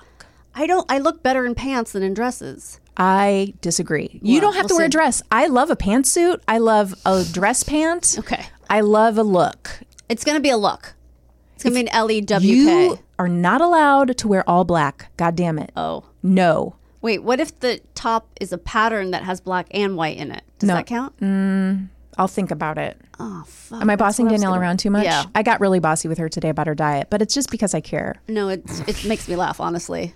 [SPEAKER 2] I don't. I look better in pants than in dresses.
[SPEAKER 1] I disagree. You
[SPEAKER 2] Well,
[SPEAKER 1] don't have to
[SPEAKER 2] we'll
[SPEAKER 1] wear a
[SPEAKER 2] see.
[SPEAKER 1] dress. I love a pantsuit. I love a dress pant.
[SPEAKER 2] Okay.
[SPEAKER 1] I love a look.
[SPEAKER 2] It's gonna be a look. It's gonna be an L E W K.
[SPEAKER 1] You are not allowed to wear all black. God damn it.
[SPEAKER 2] Oh
[SPEAKER 1] No.
[SPEAKER 2] wait, what if the top is a pattern that has black and white in it? Does
[SPEAKER 1] No.
[SPEAKER 2] that count?
[SPEAKER 1] I'll think about it.
[SPEAKER 2] Oh fuck.
[SPEAKER 1] Am I bossing
[SPEAKER 2] what I was
[SPEAKER 1] Danielle
[SPEAKER 2] gonna-
[SPEAKER 1] around too much?
[SPEAKER 2] Yeah.
[SPEAKER 1] I got really bossy with her today about her diet, but it's just because I care.
[SPEAKER 2] No, it it makes me laugh. Honestly,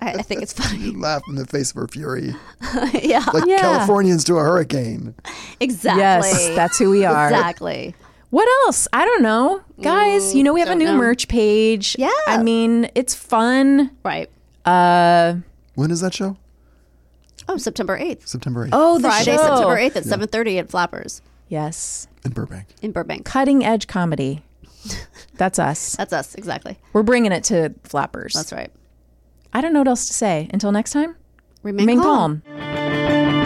[SPEAKER 2] I, I think it's funny.
[SPEAKER 4] Laugh in the face of her fury.
[SPEAKER 2] yeah,
[SPEAKER 4] Like Californians to a hurricane.
[SPEAKER 2] exactly.
[SPEAKER 1] Yes, that's who we are.
[SPEAKER 2] exactly.
[SPEAKER 1] What else? I don't know. Guys, you know we have a new merch page.
[SPEAKER 2] Yeah.
[SPEAKER 1] I mean, it's fun.
[SPEAKER 2] Right.
[SPEAKER 4] When is that show?
[SPEAKER 2] Oh, September eighth.
[SPEAKER 4] September 8th
[SPEAKER 1] Oh, the
[SPEAKER 2] Friday,
[SPEAKER 1] show.
[SPEAKER 2] September eighth at seven thirty at Flappers
[SPEAKER 1] Yes.
[SPEAKER 4] in Burbank.
[SPEAKER 2] in Burbank.
[SPEAKER 1] Cutting edge comedy. That's us.
[SPEAKER 2] That's us exactly.
[SPEAKER 1] We're bringing it to flappers.
[SPEAKER 2] That's right.
[SPEAKER 1] I don't know what else to say. Until next time,
[SPEAKER 2] Remain,
[SPEAKER 1] remain
[SPEAKER 2] calm.
[SPEAKER 1] calm.